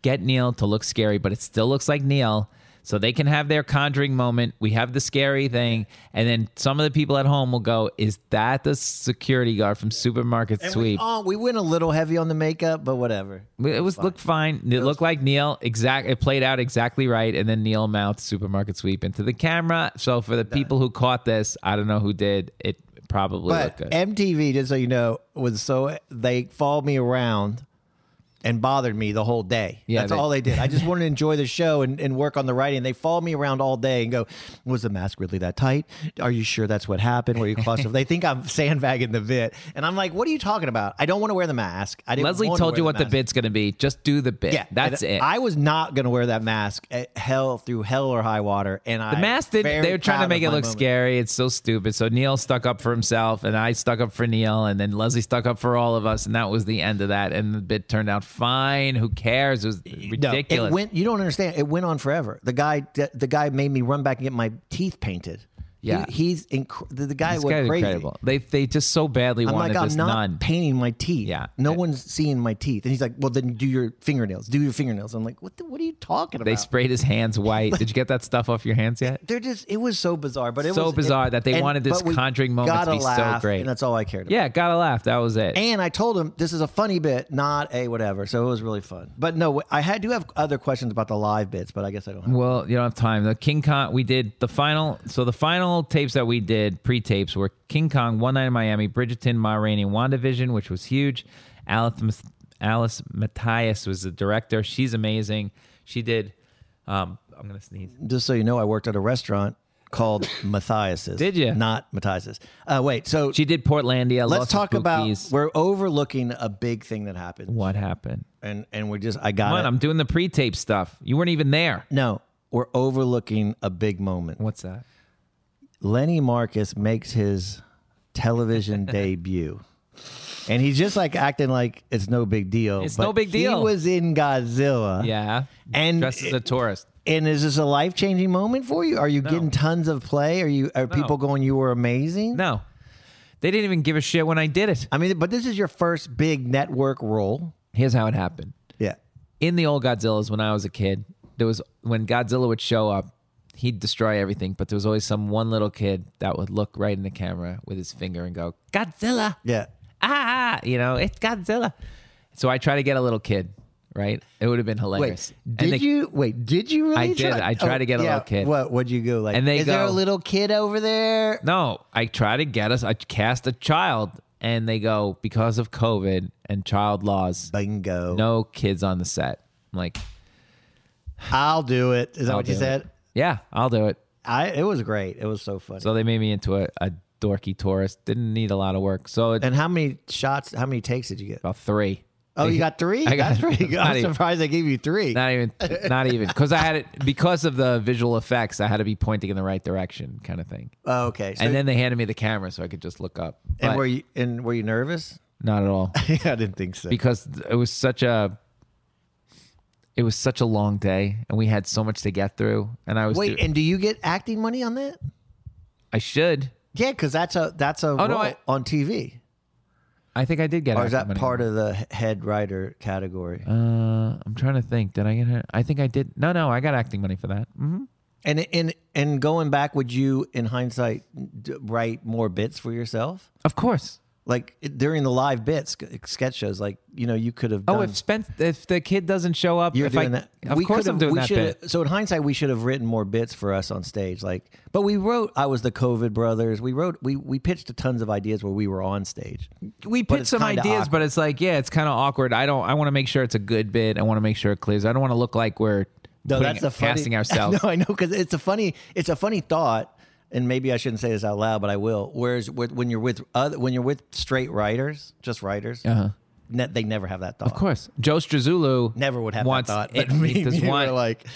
get Neil to look scary, but it still looks like Neil. So they can have their conjuring moment. We have the scary thing, and then some of the people at home will go, "Is that the security guard from Supermarket Sweep?" Oh, we went a little heavy on the makeup, but whatever. It was looked fine. It, looked like Neil exact. It played out exactly right, and then Neil mouthed "Supermarket Sweep" into the camera. So for the people who caught this, I don't know who did. It probably But looked good. MTV, just so you know, was so they followed me around and bothered me the whole day. Yeah, That's they- all they did. [laughs] I just wanted to enjoy the show and, and work on the writing. They follow me around all day and go, Was the mask really that tight? Are you sure that's what happened? Were you claustrophobic? they think I'm [laughs] sandbagging the bit. And I'm like, What are you talking about? I don't want to wear the mask. I didn't Leslie want to told wear you what the, mask." bit's going to be. Just do the bit. Yeah, that's and it. I was not going to wear that mask at hell through hell or high water, and I the mask did. very They were trying proud to of make it my look moment. scary. It's so stupid. So Neil stuck up for himself, and I stuck up for Neil, and then Leslie stuck up for all of us, and that was the end of that. And the bit turned out fine. Who cares? It was No, ridiculous. it went. You don't understand. It went on forever. The guy, the guy made me run back and get my teeth painted. He- Yeah. he's inc- the, the guy This went guy's crazy. incredible. They they just so badly I'm wanted like, I'm this not nun. painting my teeth. Yeah. no It- one's seeing my teeth. And he's like, well, then do your fingernails. Do your fingernails. I'm like, what? The, what are you talking about? They sprayed his hands [laughs] white. Did you get that stuff off your hands yet? They're just. It was so bizarre, but it So was bizarre that they wanted this but we Conjuring moment gotta to be so laugh, great. and that's all I cared about. Yeah, gotta laugh. That was it. And I told him this is a funny bit, not a whatever. So it was really fun. But no, I had, do have other questions about the live bits, but I guess I don't. Have. Well, you don't have time. The King Kong, we did the final. So the final tapes that we did, pre-tapes, were King Kong, One Night in Miami, Bridgerton, Ma Rainey, WandaVision, which was huge. Alice, Mas- Alice Matthias was the director. She's amazing. She did. Um, I'm gonna sneeze. Just so you know, I worked at a restaurant called [laughs] Matthias's. Did ya? Not Matthias's. Uh, wait. So She did Portlandia. let's Lost talk about. Spookies. We're overlooking a big thing that happened. what happened. And and we just I got Come on, it. I'm doing the pre-tape stuff. You weren't even there. no, we're overlooking a big moment. What's that? Lenny Marcus makes his [laughs] television debut. And he's just like acting like it's no big deal. It's but no big deal. He was in Godzilla. Yeah, And dressed as a tourist. And is this a life changing moment for you? Are you getting tons of play? Are you are people going, You were amazing? No, they didn't even give a shit when I did it. I mean, but this is your first big network role. Here's how it happened. Yeah. in the old Godzillas when I was a kid, there was when Godzilla would show up, he'd destroy everything, but there was always some one little kid that would look right in the camera with his finger and go, Godzilla. Yeah. Ah, you know, it's Godzilla. So I try to get a little kid, right? It would have been hilarious. Wait, did and they- you wait? Did you really? I did. Try? oh, I tried to get a little kid. What? What'd you go like? And they is there go- a little kid over there? No, I try to get us I cast a child and they go, because of COVID and child laws, Bingo. no kids on the set. I'm like, I'll do it. Is that I'll what you do it. said? Yeah, I'll do it. I. It was great. It was so funny. So they made me into a, a dorky tourist. Didn't need a lot of work. So it, and how many shots? How many takes did you get? about three. Oh, you got [laughs] three. I got- That's pretty good. not I'm even- surprised they gave you three. Not even, not even, because I had it because of the visual effects. I had to be pointing in the right direction, kind of thing. oh, okay. So, and then they handed me the camera so I could just look up. and But were you and were you nervous? [laughs] not at all yeah, I didn't think so. because it was such a, it was such a long day, and we had so much to get through. And I was Wait, and do you get acting money on that? I should. Yeah, because that's a that's a role Oh, no, I- on TV. I think I did get. Or Oh, is that part of the he- head writer category? Uh, I'm trying to think. Did I get? Her? I think I did. No, no, I got acting money for that. hmm And and and going back, would you, in hindsight, d- write more bits for yourself? Of course. Like during the live bits, sk- sketch shows, like you know, you could have. Done, Oh, if Spence, if the kid doesn't show up, You're if doing I, that. Of course, I'm could've- doing we that should've- bit. So in hindsight, we should have written more bits for us on stage. Like, but we wrote. I was the COVID brothers. We wrote. We we pitched a tons of ideas where we were on stage. We But pitch it's some kinda ideas, awkward. but it's like, yeah, it's kind of awkward. I don't. I want to make sure it's a good bit. I want to make sure it clears. I don't want to look like we're No, putting- that's the funny, casting ourselves. No, [laughs] I know because it's a funny, it's a funny thought, and maybe I shouldn't say this out loud, but I will. Whereas with, when you're with other, when you're with straight writers, just writers, Uh-huh. ne- they never have that thought. Of course, Joe Struzulu never would have wants that thought. It, [laughs] but me, it does me, want- we're like,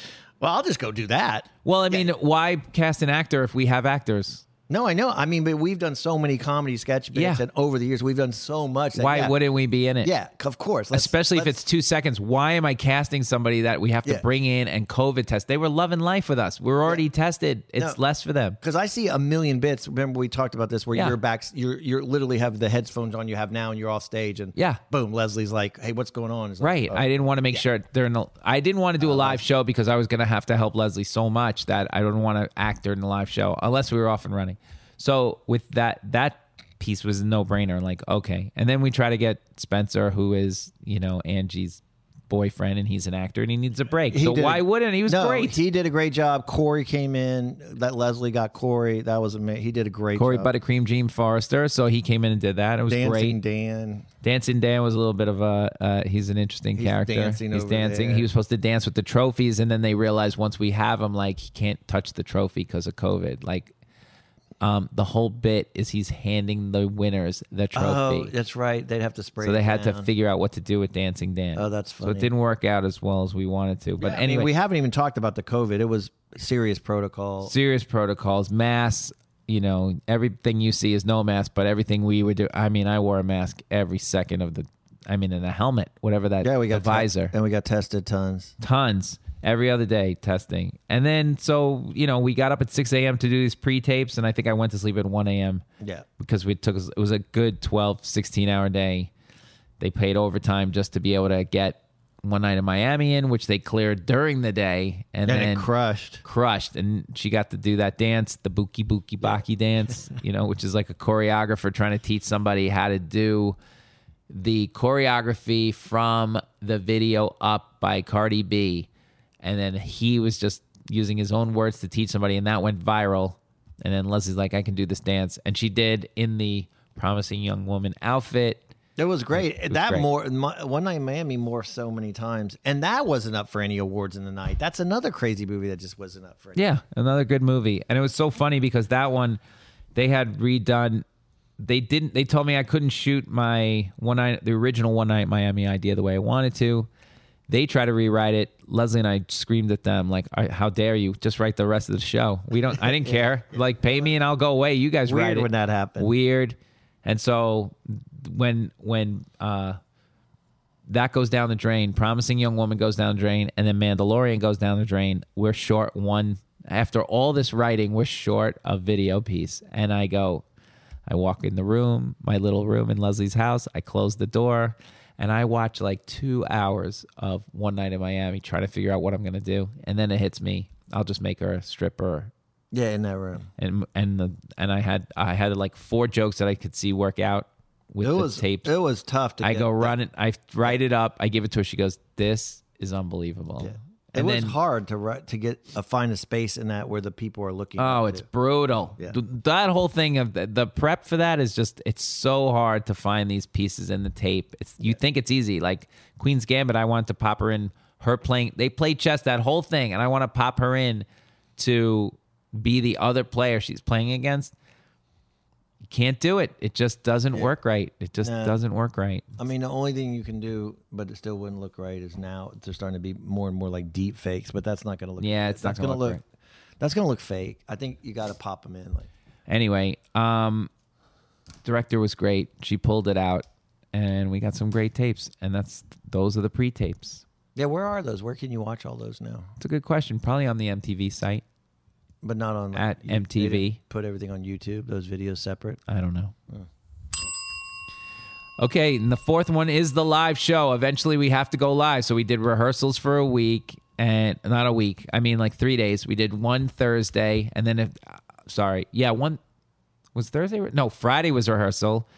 well, I'll just go do that. well, I mean, why cast an actor if we have actors? No, I know. I mean, but we've done so many comedy sketch bits, Yeah. and over the years we've done so much. That, Why yeah, wouldn't we be in it? Yeah, of course. Let's- Especially if let's- it's two seconds. Why am I casting somebody that we have to Yeah. bring in and COVID test? They were loving life with us. We're already tested. It's No. less for them. Because I see a million bits. Remember we talked about this where Yeah. you're back, you're you're literally have the headphones on you have now, and you're off stage, and Yeah. boom, Leslie's like, "Hey, what's going on?" It's like, Right. "Oh." I didn't want to make sure they're in the. I didn't want to Uh-huh. do a live show because I was going to have to help Leslie so much that I don't want to act during the live show unless we were off and running. So with that, that piece was a no brainer. Like okay, and then we try to get Spencer, who is you know Angie's boyfriend and he's an actor and he needs a break. so why wouldn't he was no, great? He did a great job. Corey came in. That Leslie got Corey. That was amazing. He did a great Corey job. Buttercream, Gene Forrester. So he came in and did that. It was great. Dancing Dan. Dancing Dan was a little bit of a uh, he's an interesting character. dancing he's over dancing. there. He was supposed to dance with the trophies, and then they realized once we have him, like he can't touch the trophy because of COVID. Like um, the whole bit is he's handing the winners the Oh, trophy. that's right. They'd have to spray. so it they had to down. figure out what to do with Dancing Dan. Oh, that's So funny. it didn't work out as well as we wanted to. But I mean, anyway, we haven't even talked about the COVID. It was serious protocol. serious protocols, masks. You know, everything you see is no mask, but everything we would do. I mean, I wore a mask every second of the. I mean, in a helmet, whatever that. yeah, we got the visor. and we got tested tons. tons every other day testing and then so you know we got up at 6 a.m to do these pre-tapes and i think i went to sleep at 1 a.m Yeah. because we took it was a good 12 16 hour day they paid overtime just to be able to get one night in miami in which they cleared during the day and, And, then it crushed. crushed and she got to do that dance the buki buki baki dance you know which is like a choreographer trying to teach somebody how to do the choreography from the video up by Cardi B and then he was just using his own words to teach somebody and that went viral and then Leslie's like I can do this dance and she did in the promising young woman outfit It was great. that great. more my, one night in Miami more so many times, and that wasn't up for any awards in the night. That's another crazy movie that just wasn't up for. Any. Yeah, another good movie. And it was so funny because that one they had redone they didn't they told me I couldn't shoot my one night the original one night Miami idea the way I wanted to. They tried to rewrite it. Leslie and I screamed at them like, "I- "How dare you? Just write the rest of the show. We don't. I [laughs] didn't care. Like, pay me and I'll go away. You guys write Weird it." when that happened. Weird. And so when when uh that goes down the drain. Promising Young Woman goes down the drain, and then Mandalorian goes down the drain. We're short one. After all this writing, we're short a video piece. And I go, I walk in the room, my little room in Leslie's house. I close the door, and I watch like two hours of One Night in Miami, trying to figure out what I'm gonna do. And then it hits me. I'll just make her a stripper yeah, in that room. and and the and I had I had like four jokes that I could see work out with It the was tapes. It was tough. to I get go that- run it. I write it up. I give it to her. She goes, "This is unbelievable." It And was then, hard to write, to get a find a space in that where the people are looking. oh, at it's you. brutal. Yeah. Th- That whole thing of the, the prep for that is just it's so hard to find these pieces in the tape. It's you think it's easy. Like Queen's Gambit, I want to pop her in her playing. They play chess that whole thing, and I want to pop her in to be the other player she's playing against. You can't do it. It just doesn't work right. It just doesn't work right. I mean, the only thing you can do, but it still wouldn't look right, is now they're starting to be more and more like deep fakes. But that's not going to look. Yeah, it's not that's gonna gonna look That's going to look fake. I think you got to pop them in. Like, anyway um director was great she pulled it out and we got some great tapes and that's those are the pre-tapes yeah, where are those? Where can you watch all those now? it's a good question probably on the mtv site But not on like, At you- they didn't MTV. Put everything on YouTube. Those videos separate. i don't know okay and the fourth one is the live show eventually we have to go live so we did rehearsals for a week and not a week i mean like three days we did one thursday and then if uh, sorry yeah one was Thursday? re- No, Friday was rehearsal.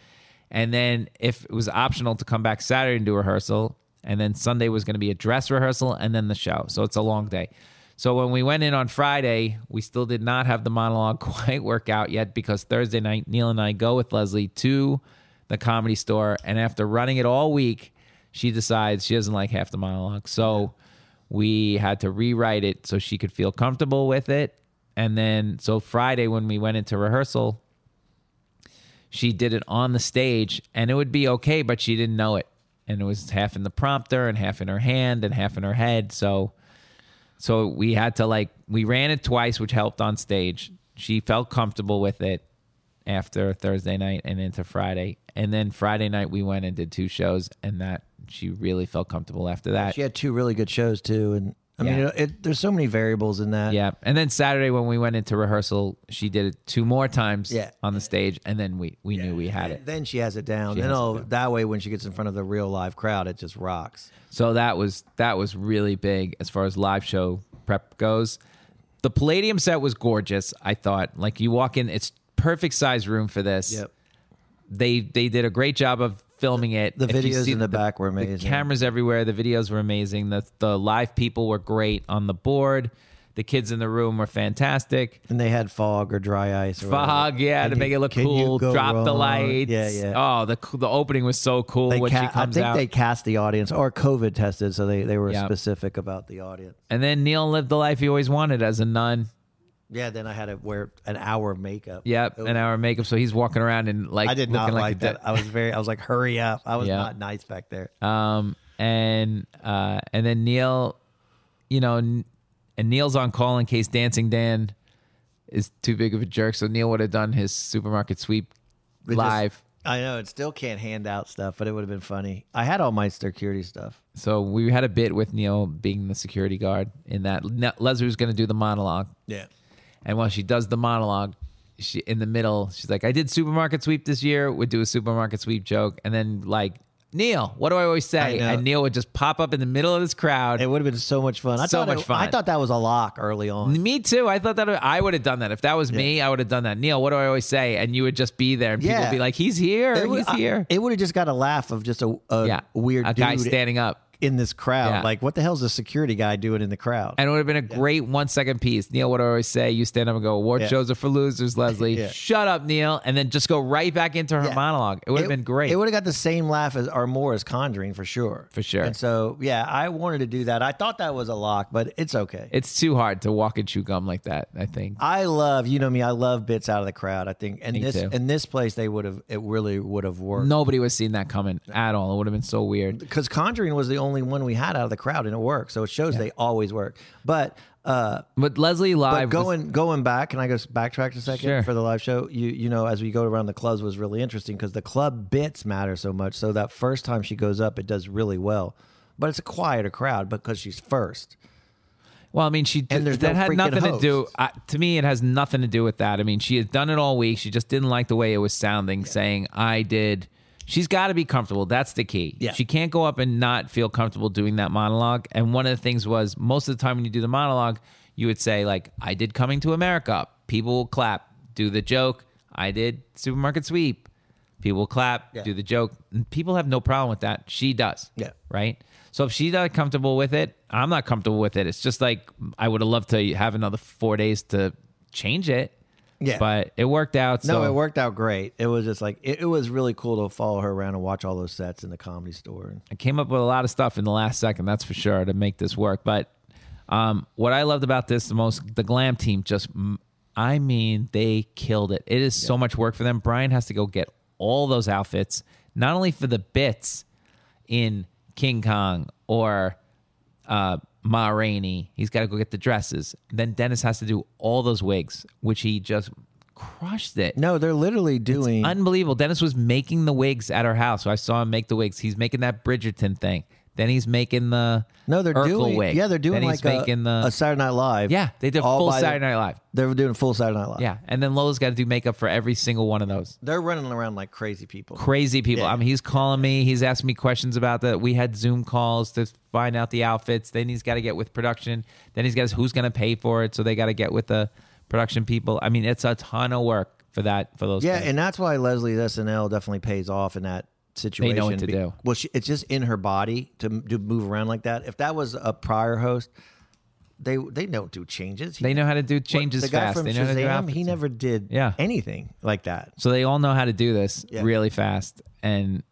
And then if it was optional to come back Saturday and do rehearsal, and then Sunday was going to be a dress rehearsal and then the show. So it's a long day. So when we went in on Friday, we still did not have the monologue [laughs] quite work out yet because Thursday night Neil and I go with Leslie to the comedy store and after running it all week, she decides she doesn't like half the monologue. So we had to rewrite it so she could feel comfortable with it. And then so Friday when we went into rehearsal, she did it on the stage and it would be okay, but she didn't know it. And it was half in the prompter and half in her hand and half in her head. So so we had to like we ran it twice, which helped on stage. She felt comfortable with it after Thursday night and into Friday. And then Friday night we went and did two shows and that she really felt comfortable after that. She had two really good shows too, and I mean, Yeah. it, there's so many variables in that. Yeah. And then Saturday when we went into rehearsal, she did it two more times Yeah. on the stage and then we we knew we had it. Then she has it down. She and has it oh, that way when she gets in front of the real live crowd, it just rocks. So that was that was really big as far as live show prep goes. The Palladium set was gorgeous. I thought, like you walk in, it's perfect size room for this. They they did a great job of filming it. The If you videos see in the back were amazing. The cameras everywhere. The videos were amazing. The the live people were great on the board. The kids in the room were fantastic. and they had fog or dry ice. Or whatever. Fog, yeah, Can to you- make it look can you cool. go Drop the wrong? lights. Yeah, yeah. Oh, the the opening was so cool they when she ca- comes I think out. they cast the audience or COVID tested, so they, they were Yeah. specific about the audience. and then Neil lived the life he always wanted as a nun. Yeah, then I had to wear an hour of makeup. Yep, It an hour of makeup. So he's walking around and like I did not looking like, like, a that. de- I was very. I was like, hurry up. I was Yeah. not nice back there. Um, and uh, and then Neil, you know, n- and Neil's on call in case Dancing Dan is too big of a jerk. So Neil would have done his supermarket sweep just- live. I know it still can't hand out stuff, but it would have been funny. I had all my security stuff. So we had a bit with Neil being the security guard in that Ne- Leslie was going to do the monologue, Yeah. and while she does the monologue. She in the middle. She's like, "I did supermarket sweep this year. Would do a supermarket sweep joke, and then like, Neil, what do I always say?" know. and Neil would just pop up in the middle of this crowd. It would have been so much fun. I So thought it- much fun. I thought that was a lock early on. Me too. I thought that I would have done that. If that was me, I would have done that. Neil, what do I always say? And you would just be there and people Yeah. would be like, he's here. It would, he's here. I, it would have just got a laugh of just a, a yeah. weird a dude guy standing up. in this crowd. Yeah. Like, what the hell's the security guy doing in the crowd? And it would have been a great one second piece. Neil, what do I always say? You stand up and go, award Yeah. shows are for losers, Leslie. Yeah. Shut up, Neil. And then just go right back into her Yeah. monologue. It would have been great. It would have got the same laugh as or more as Conjuring for sure. For sure. And so yeah, I wanted to do that. I thought that was a lock, but it's okay. it's too hard to walk and chew gum like that, I think. I love, you know me, I love bits out of the crowd. I think and Me this too. in this place they would have it really would have worked. Nobody was seeing that coming at all. It would have been so weird. because Conjuring was the only one we had out of the crowd, and it worked. So it shows they always work. But uh, But Leslie but Live was- going going back, can I go s- backtrack a second Sure. for the live show? You you know, as we go around the clubs was really interesting because the club bits matter so much. So that first time she goes up, it does really well, but it's a quieter crowd because she's first. Well, I mean, she And there's that no had freaking nothing to do. host. I, to me, it has nothing to do with that. I mean, she has done it all week. She just didn't like the way it was sounding. Saying I did. She's got to be comfortable. That's the key. Yeah. She can't go up and not feel comfortable doing that monologue. And one of the things was most of the time when you do the monologue, you would say like, "I did Coming to America." People will clap. Do the joke. I did Supermarket Sweep. People will clap. Yeah. Do the joke. And people have no problem with that. She does Yeah. right? So if she's not comfortable with it, I'm not comfortable with it. It's just like I would have loved to have another four days to change it. Yeah. But it worked out. No, so it worked out great. It was just like it, it was really cool to follow her around and watch all those sets in the comedy store. I came up with a lot of stuff in the last second, that's for sure, to make this work. But um, what I loved about this the most, the glam team just, mm, I mean, they killed it. It is so much work for them. Brian has to go get all those outfits, not only for the bits in King Kong or uh, Ma Rainey, he's got to go get the dresses. Then Dennis has to do all those wigs, which he just crushed it. No, they're literally doing Unbelievable. Dennis was making the wigs at our house. So I saw him make the wigs. He's making that Bridgerton thing. Then he's making the No, they're Urkel doing wig. yeah, they're doing Then like he's a, making the a Saturday Night Live. yeah. They did all full by the- Saturday Night Live. They're doing full Saturday Night Live. Yeah, and then Lola's got to do makeup for every single one of those. they're running around like crazy people. Crazy people. I mean, he's calling me. He's asking me questions about that. We had Zoom calls to find out the outfits. Then he's got to get with production. Then he's got who's going to pay for it. So they got to get with the production people. I mean, it's a ton of work for that for those. yeah, guys. and that's why Leslie's SNL definitely pays off in that situation. what to do. Well, she, it's just in her body to, m- to move around like that. If that was a prior host, they they don't do changes. He- they know how to do changes the guy fast. from they know how to do Shazam, outfits. he never did Yeah. anything like that. So they all know how to do this Yeah. really fast. And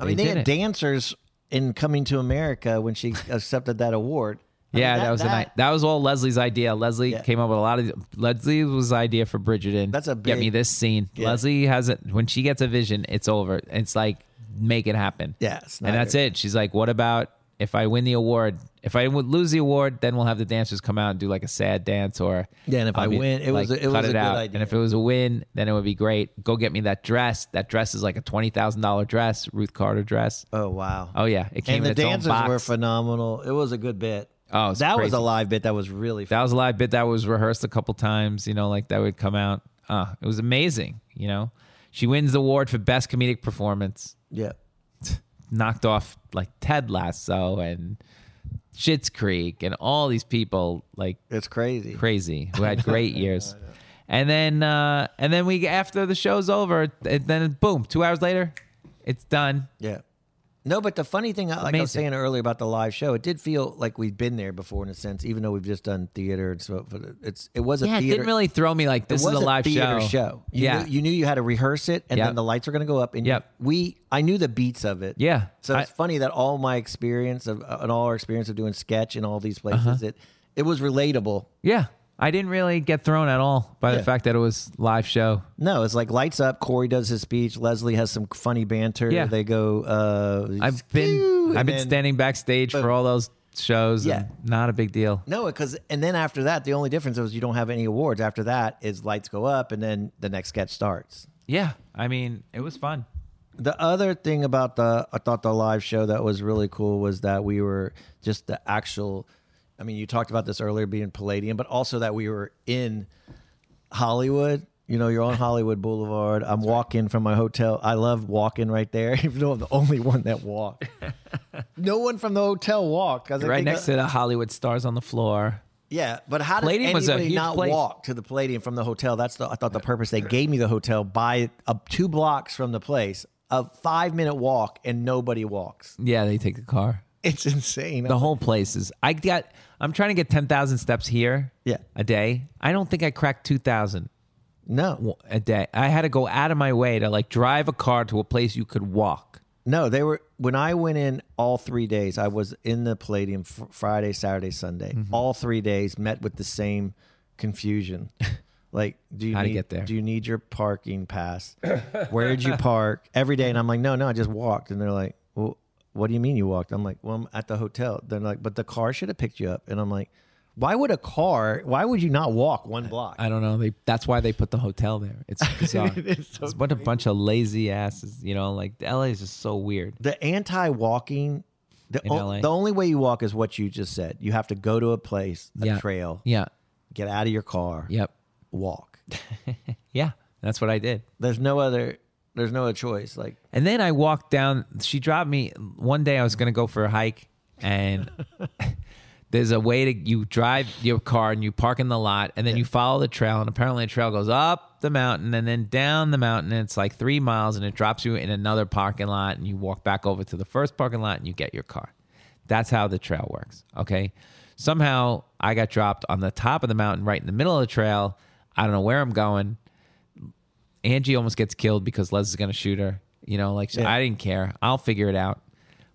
I mean, they, did had it. dancers in Coming to America when she [laughs] accepted that award. I mean, yeah, that, was a night. That was all Leslie's idea. Leslie Yeah. came up with a lot of Leslie was idea for Bridgerton. That's a get me big- this scene. Yeah. Leslie has it when she gets a vision, it's over. It's like make it happen. Yeah, and that's Snyder. it. She's like, what about if I win the award? If I would lose the award, then we'll have the dancers come out and do like a sad dance or Yeah, and if I mean, win- it was a- it was cut a it good out. idea. And if it was a win, then it would be great. Go get me that dress. That dress is like a twenty thousand dollar dress, Ruth Carter dress. Oh wow. Oh yeah, it came and in the its own dancers box. were phenomenal. It was a good bit. Oh, it's that was crazy. a live bit. That was really fun. that was a live bit that was rehearsed a couple times. You know, like that would come out. Uh, it was amazing. You know, she wins the award for best comedic performance. yeah. Knocked off like Ted Lasso and Schitt's Creek and all these people like It's crazy. crazy who had great [laughs] years. And then uh, and then we after the show's over, and then boom, two hours later, It's done. Yeah. No, but the funny thing, like I was Amazing. saying earlier about the live show, it did feel like we've been there before in a sense, even though we've just done theater and so. But it's it was a Yeah, it theater. didn't really throw me like this it was is a live theater show. You yeah, knew, you knew you had to rehearse it, and Yep. then the lights are going to go up. And you- Yep. we, I knew the beats of it. Yeah. So I- it's funny that all my experience of uh, and all our experience of doing sketch in all these Uh-huh. places, it it was relatable. yeah. I didn't really get thrown at all by the Yeah. fact that it was live show. No, it's like lights up. Corey does his speech. Leslie has some funny banter. Yeah. They go. Uh, I've been and I've been then- standing backstage for all those shows. Yeah. and not a big deal. No, because and then after that, the only difference is you don't have any awards. After that, is lights go up, and then the next sketch starts. Yeah, I mean it was fun. The other thing about the I thought the live show that was really cool was that we were just the actual. I mean, you talked about this earlier being Palladium, but also that we were in Hollywood. You know, you're on Hollywood Boulevard. I'm walking from my hotel. I love walking right there, [laughs] even though I'm the only one [laughs] that walked. no one from the hotel walked. 'cause I Right think next I- to the Hollywood stars on the floor. Yeah, but how did Palladium was a anybody huge not place. walk to the Palladium from the hotel? That's the I thought the purpose they gave me the hotel by up two blocks from the place, a five minute walk, and nobody walks. Yeah, they take the car. It's insane. The whole place is. I got. I'm trying to get ten thousand steps here. Yeah. a day. I don't think I cracked two thousand no, a day. I had to go out of my way to like drive a car to a place you could walk. no, they were when I went in all three days. I was in the Palladium fr- Friday, Saturday, Sunday, Mm-hmm. all three days. Met with the same [laughs] confusion. Like, do you How to need, get there. Do you need your parking pass? Where did you park every day? And I'm like, no, no, I just walked. And they're like, well, what do you mean you walked? I'm like, well, I'm at the hotel. They're like, but the car should have picked you up. And I'm like, why would a car? Why would you not walk one block? I don't know. They that's why they put the hotel there. It's [laughs] bizarre. is so it's what a bunch of lazy asses. You know, like LA is just so weird. the anti-walking. The, In o- LA? the only way you walk is what you just said. You have to go to a place, a Yeah. trail, Yeah. get out of your car, Yep. walk. [laughs] Yeah. That's what I did. There's no other. There's no other choice. Like And then I walked down. She dropped me one day. I was going to go for a hike, and [laughs] there's a way to you drive your car and you park in the lot, and then you follow the trail. And apparently, the trail goes up the mountain and then down the mountain. And it's like three miles, and it drops you in another parking lot, and you walk back over to the first parking lot, and you get your car. That's how the trail works. Okay. Somehow I got dropped on the top of the mountain, right in the middle of the trail. I don't know where I'm going. Angie almost gets killed because Les is going to shoot her. You know, like I didn't care. I'll figure it out.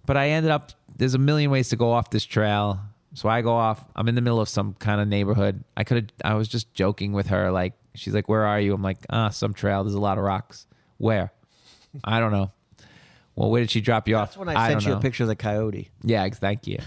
But I ended up. There's a million ways to go off this trail. So I go off. I'm in the middle of some kind of neighborhood. I could have. I was just joking with her. Like she's like, "Where are you?" I'm like, "Ah, some trail. There's a lot of rocks. Where? I don't know." Well, where did she drop you that's off? when I, sent don't you know. a picture of the coyote. Yeah, ex- thank [laughs] you.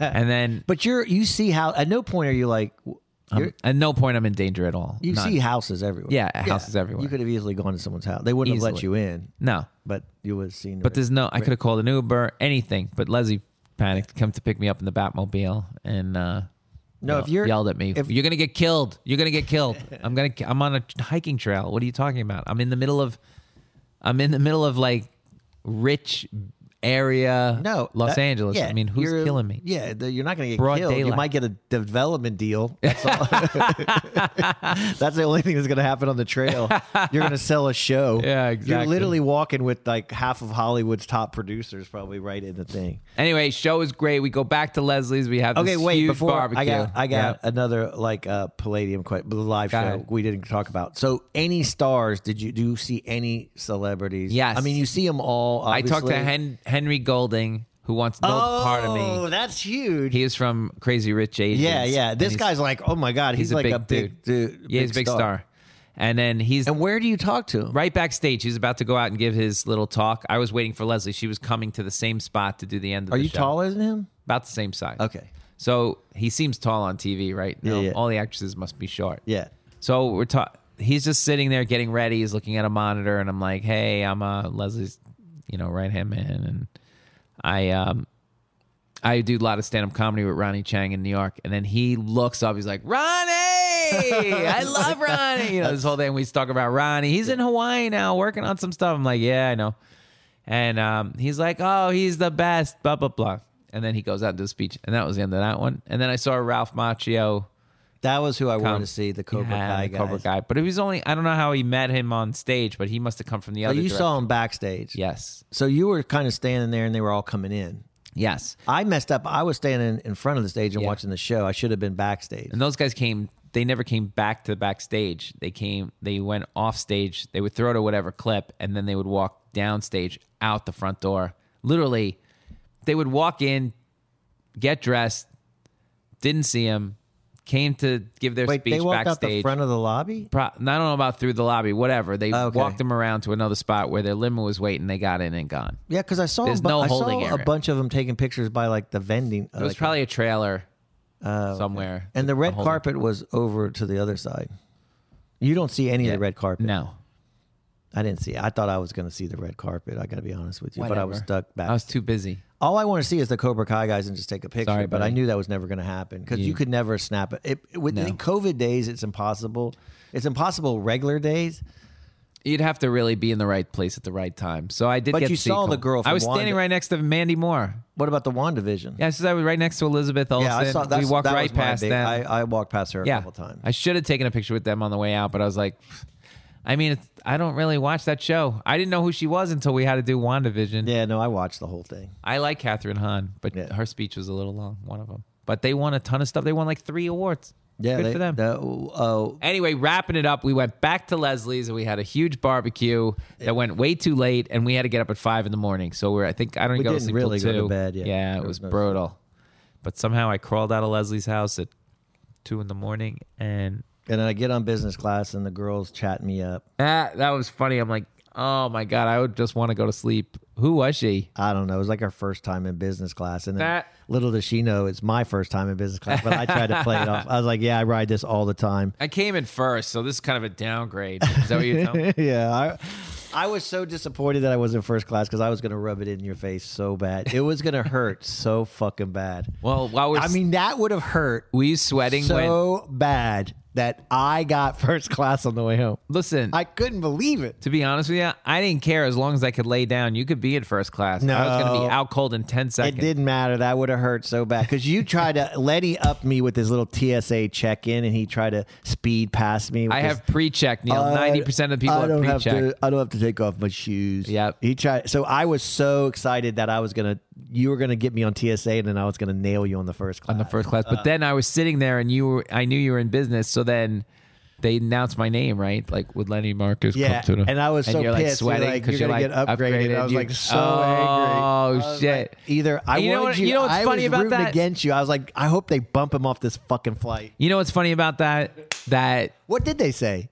and then But you're you see how at no point are you like w- um, you're, at no point I'm in danger at all. you None. see houses everywhere. Yeah, houses everywhere. You could have easily gone to someone's house. They wouldn't have let Easily. you in, no, but you would have seen. But there's no, I could have called an Uber, anything. But Leslie panicked, come to pick me up in the Batmobile, and uh, no. yell- If you're yelled at me, if- "You're gonna get killed! You're gonna get killed! I'm gonna, I'm on a hiking trail. What are you talking about? I'm in the middle of, I'm in the middle of like rich area, no Los that- Angeles. yeah, I mean, who's you're- killing me? Yeah, the, you're not going to get Broad killed. You daylight. might get a [laughs] development deal. That's all. [laughs] that's the only thing that's going to happen on the trail. You're going to sell a show. [laughs] Yeah, You're exactly. literally walking with like half of Hollywood's top producers probably right in the thing. Anyway, show is great. We go back to Leslie's. We have Okay, this wait. huge Before barbecue. I got, I Yeah. got another like uh, Palladium question. The live Got show it. we didn't talk about. So, any stars? Did you do you see any celebrities? Yes. I mean, you see them all. I talked to obviously. Hen- Henry Golding, who wants no Oh, part of me. that's huge. He is from Crazy Rich Asians. yeah, yeah. and This he's- guy's like, oh my god, he's, he's, a like big a big dude. yeah, he's a big star. And then he's And where do you talk to him? right backstage. He's about to go out and give his little talk. I was waiting for Leslie. She was coming to the same spot to do the end of Are the you show. taller than him? About the same size. Okay. So he seems tall on TV, right? Now, yeah. All the actresses must be short. Yeah. So we're ta- he's just sitting there getting ready. He's looking at a monitor, and I'm like, "Hey, I'm uh, Leslie's, you know, right hand man, and I um, I do a lot of stand up comedy with Ronnie Chang in New York." And then he looks up. He's like, "Ronnie, I love Ronnie." You know, this whole thing we talk about Ronnie. He's in Hawaii now, working on some stuff. I'm like, "Yeah, I know." And um, he's like, "Oh, he's the best." Blah blah blah. And then he goes out and does a speech, and that was the end of that one. And then I saw Ralph Macchio That was who I wanted come- to see, the Cobra Yeah, Kai the Cobra guys. Kai. But it was only I don't know how he met him on stage, but he must have come from the Oh, other. you direc- saw him backstage. Yes. So you were kind of standing there, and they were all coming in. Yes. I messed up. I was standing in front of the stage and Yeah. watching the show. I should have been backstage. And those guys came. They never came back to the backstage. They came. They went off stage. They would throw to whatever clip, and then they would walk downstage out the front door. Literally, they would walk in, get dressed, didn't see him, came to give their Wait, speech they walked out the backstage. front of the lobby. Pro- I don't know about through the lobby, whatever. They Oh, okay. walked them around to another spot where their limo was waiting. They got in and gone. Yeah, because I saw There's a bu- no I saw holding a area. bunch of them taking pictures by like the vending. It was probably a trailer somewhere. and the red holding- carpet was over to the other side. You don't see any of the red carpet. No. I didn't see. It. I thought I was going to see the red carpet. I got to be honest with you, but I was Whatever. stuck back. I was too busy. All I want to see is the Cobra Kai guys and just take a picture. Sorry, but I buddy. knew that was never going to happen because you, could never snap it. it, it- with No. in COVID days, it's impossible. It's impossible regular days. You'd have to really be in the right place at the right time. So I did. But get you to see saw Col- the girl I from was standing Wanda. right next to Mandy Moore. What about the Wandavision? Yeah, so I was right next to Elizabeth Olsen. yeah, I saw that. we walked that right was my past big- them. I, I walked past her a yeah, couple times. I should have taken a picture with them on the way out, but I was like, I mean, it's, I don't really watch that show. I didn't know who she was until we had to do WandaVision. yeah, no, I watched the whole thing. I like Catherine Hahn, but Yeah. her speech was a little long. One of them, but they won a ton of stuff. They won like three awards. Yeah, good they- for them. the- oh, Anyway, wrapping it up, we went back to Leslie's and we had a huge barbecue that went way too late, and we had to get up at five in the morning. So we're I think I don't We go to didn't sleep really till go to two. bed, yeah. yeah, it There was was no- brutal. But somehow I crawled out of Leslie's house at two in the morning, and and then I get on business class, and the girls chat me up. that that was funny. I'm like, oh my god, I would just want to go to sleep. Who was she? I don't know. It was like our first time in business class, and then That- little does she know it's my first time in business class. But I tried to play [laughs] it off. I was like, "Yeah, I ride this all the time." [laughs] I came in first, so this is kind of a downgrade. Is that what you're telling me? [laughs] yeah, I, I was so disappointed that I was in first class because I was going to rub it in your face so bad. It was going to hurt so fucking bad. Well, while we're I mean, that would have hurt were you sweating when? so bad that I got [laughs] first class on the way home. Listen, I couldn't believe it. To be honest with you, I didn't care as long as I could lay down. You could be in first class. I was going to No. be out cold in 10 seconds. It didn't matter. That would have hurt so bad because you [laughs] tried to Letty up me with his little TSA check in, and he tried to speed past me. With I his- have pre check, Neil. I- 90% of the people I have don't pre have check. to. I don't have to take off my shoes. Yep. He tried. So I was so excited that I was gonna. You were gonna get me on TSA, and then I was gonna nail you on the first class. On the first class. uh, But then I was sitting there and you were, I knew you were in business. So then they announced my name, right? Like, would Lenny Marcus Yeah, come to the. and I was so you're like pissed. You're sweating like, because "You're you're, gonna like get upgraded." I was, You- like, so oh, angry. I was shit. like, either I You know wanted what- you. you know what's I funny was about rooting that? against you. I was like, I hope they bump him off this fucking flight. you know what's funny about that? That What did they say?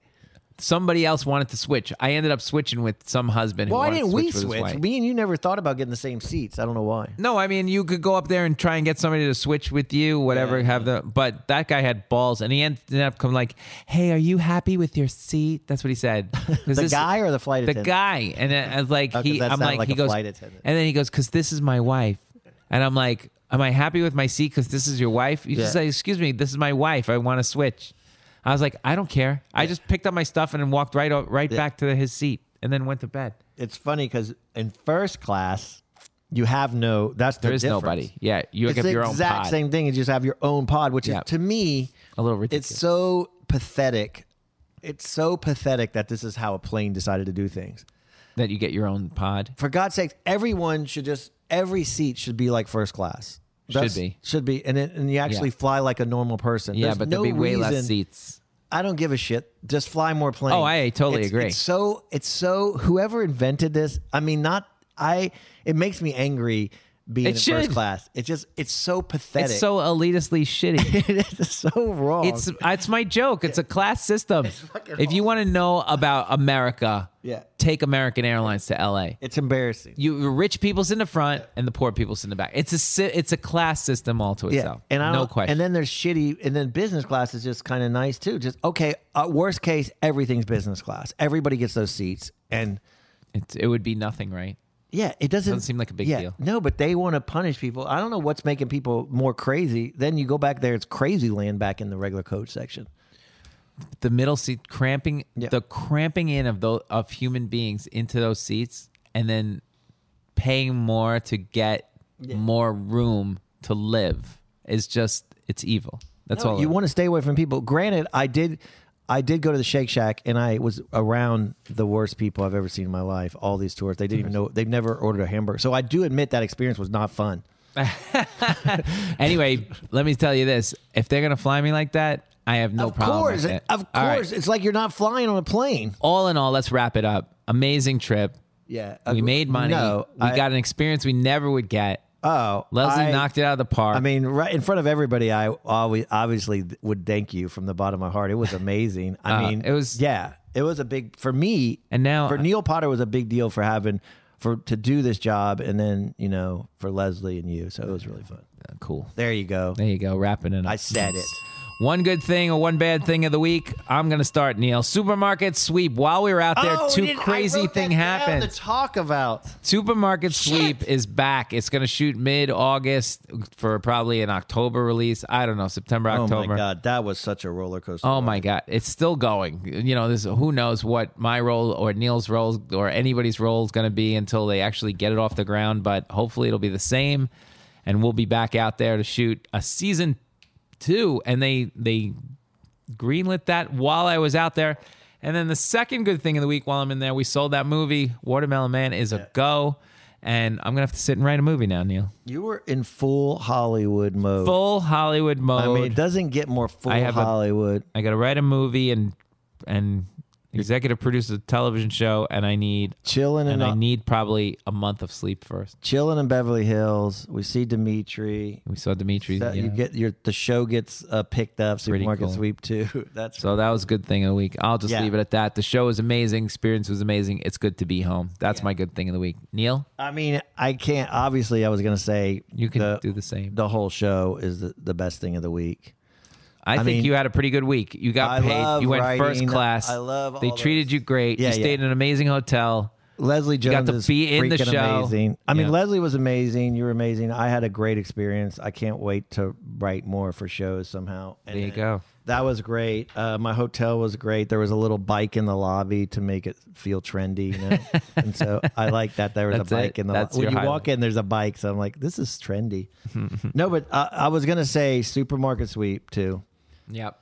somebody else wanted to switch. I ended up switching with some husband. who Why wanted to didn't we switch? with his switch? wife. Me and you never thought about getting the same seats. I don't know why. No, I mean you could go up there and try and get somebody to switch with you, whatever. have the but that guy had balls, and he ended up coming like, "Hey, are you happy with your seat?" That's what he [laughs] said. 'Cause The guy or the flight the attendant? guy, and I- I was like, Oh, 'cause he, that I'm sounded like, like he a goes, flight attendant. and then he goes, "Cause this is my wife," and I'm like, "Am I happy with my seat? Cause this is your wife?" You just Yeah. say, "Excuse me, this is my wife. I want to switch." I was like, "I don't care." I just picked up my stuff and then walked right o- right back to his seat, and then went to bed. It's funny because in first class, you have no. That's There is nobody. Yeah, you it's have the your own exact pod. same thing. You just have your own pod, which Yeah. is to me A little ridiculous. It's so pathetic. It's so pathetic that this is how a plane decided to do things. that you get your own pod. For God's sake, everyone should just every seat should be like first class. be. should be, and it, and you actually Yeah. fly like a normal person. Yeah, There's but no there'll be way less reason- seats. I don't give a shit. Just fly more planes. Oh, I totally It's- agree. It's so it's so whoever invented this. I mean, not I. It makes me angry being It in should. first class. It's just it's so pathetic. It's so elitistly shitty. [laughs] it is so wrong. it's it's my joke. It's a class system. If you want to know about America, Yeah. take American Airlines to L.A. it's embarrassing. You the rich people's in the front and the poor people's in the back. It's a si- it's a class system all to yeah, itself. and I no don't- question. And then there's shitty, and then business class is just kind of nice too. Just okay. Uh, worst case, everything's business class. Everybody gets those seats, and it, it would be nothing, right? Yeah, it doesn't, Doesn't seem like a big yeah, deal. No, but they want to punish people. I don't know what's making people more crazy. Then you go back there, it's crazy land back in the regular coach section. The middle seat cramping, Yeah. the cramping in of those of human beings into those seats, and then paying more to get more room to live is just it's evil. That's all. You want [laughs] to stay away from people. Granted, I did, I did go to the Shake Shack, and I was around the worst people I've ever seen in my life. All these tours, they didn't even know they've never ordered a hamburger. So I do admit that experience was not fun. [laughs] anyway, let me tell you this: if they're gonna fly me like that, I have no of problem. course, with it. of All right. course, it's like you're not flying on a plane. all in all, let's wrap it up. Amazing trip. Yeah, We made money. Uh, No, we I- got an experience we never would get. Oh, Leslie I- knocked it out of the park. I mean, right in front of everybody, I always obviously would thank you from the bottom of my heart. It was amazing. I Uh, mean, it was- yeah, it was a big for me. And now- for Neil Potter was a big deal for having for to do this job, and then you know for Leslie and you, so it was really fun. cool. There you go. There you go. Wrapping it up. I said it. One good thing or one bad thing of the week. I'm gonna start, Neil. Supermarket sweep. While we were out there, Oh, two did- I crazy wrote that thing down happened. To talk about. Supermarket Sweep is back. It's going to shoot mid August for probably an October release. I don't know, September, Oh October. my god, that was such a roller coaster. Oh my God. It's still going. You know, this who knows what my role or Neil's role or anybody's role is going to be until they actually get it off the ground, but hopefully it'll be the same and we'll be back out there to shoot a season 2 and they they greenlit that while I was out there. And then the second good thing of the week while I'm in there, we sold that movie Watermelon Man is a go and I'm going to have to sit and write a movie now, Neil. You were in full Hollywood mode. Full Hollywood mode. I mean, it doesn't get more full I have a- Hollywood. I got to write a movie and and executive produce a television show, and I need chilling and and I need probably a month of sleep first. chilling in Beverly Hills. We see Dimitri. We saw Dimitri, That- you You know. get your the show gets uh, picked up. Pretty Supermarket cool. sweep too. [laughs] That's so that was a good thing of the week. I'll just Yeah. leave it at that. The show was amazing. Experience was amazing. It's good to be home. That's my good thing of the week. Neil, I mean, I can't. Obviously, I was gonna say You can do the same. The whole show is the, the best thing of the week. I, think mean, you had a pretty good week. You got I paid. love You went first writing. class. I love They all treated those. you great. Yeah, you stayed yeah. in an amazing hotel. Leslie Jones got to is be in the freaking show. amazing. I mean, Yeah. Leslie was amazing. You were amazing. I had a great experience. I can't wait to write more for shows somehow. And There you then- go. That was great. Uh, my hotel was great. There was a little bike in the lobby to make it feel trendy, you [laughs] know? and so I like that there was That's a bike it. in the That's lobby. your When you highlight. walk in, there's a bike. So I'm like, this is [laughs] trendy. no, but I, I was gonna say supermarket sweep too. Yep,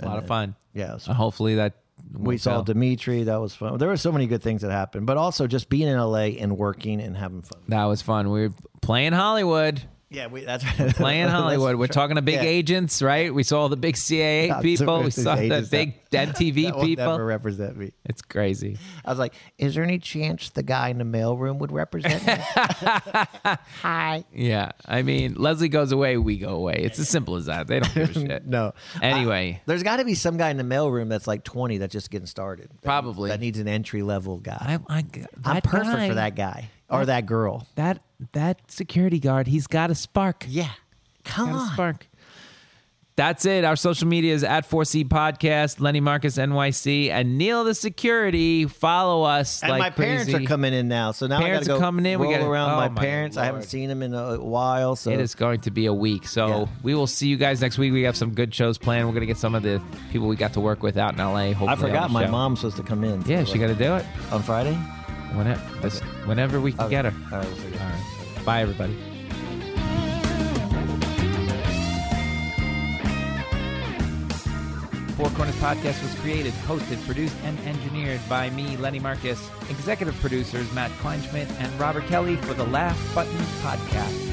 a lot of fun. Yeah, so Uh, Hopefully that we works saw out. Dimitri. That was fun. There were so many good things that happened, but also just being in LA and working and having fun. That was fun. We were playing Hollywood. Yeah, we, that's [laughs] [laughs] playing that's Hollywood. We're true. talking to big Yeah. agents, right? We saw all the big CAA [laughs] Not people. so- We saw the agents, big [laughs] MTV That will people. never represent me. it's crazy. I was like, "Is there any chance the guy in the mailroom would represent me?" [laughs] [laughs] Yeah. I mean, Leslie goes away, we go away. It's as simple as that. They don't [laughs] give a shit. no. Anyway. I- there's got to be some guy in the mailroom that's like 20 that's just getting started. That- Probably. that needs an entry level guy. I, I, I'm that perfect guy- for that guy or that girl. That that security guard, he's got a spark. Yeah, come Got a on. spark. That's it. Our social media is at 4C Podcast, Lenny Marcus NYC, and Neil the Security. Follow us. And like my parents crazy. are coming in now, so now Parents I gotta are go coming in. We Roll gotta- around oh my, my parents. I haven't Lord. seen them in a while, so It is going to be a week. So Yeah. we will see you guys next week. We have some good shows planned. We're going to get some of the people we got to work with out in LA. Hopefully I on forgot the my show. mom's supposed to come in. Yeah, so, she got to do it like, on Friday. whenever, this, whenever we can get her. All right, we'll figure it out. All right. Bye, everybody. Four Corners Podcast was created, hosted, produced, and engineered by me, Lenny Marcus. Executive producers Matt Kleinschmidt and Robert Kelly for the Laugh Button Podcast.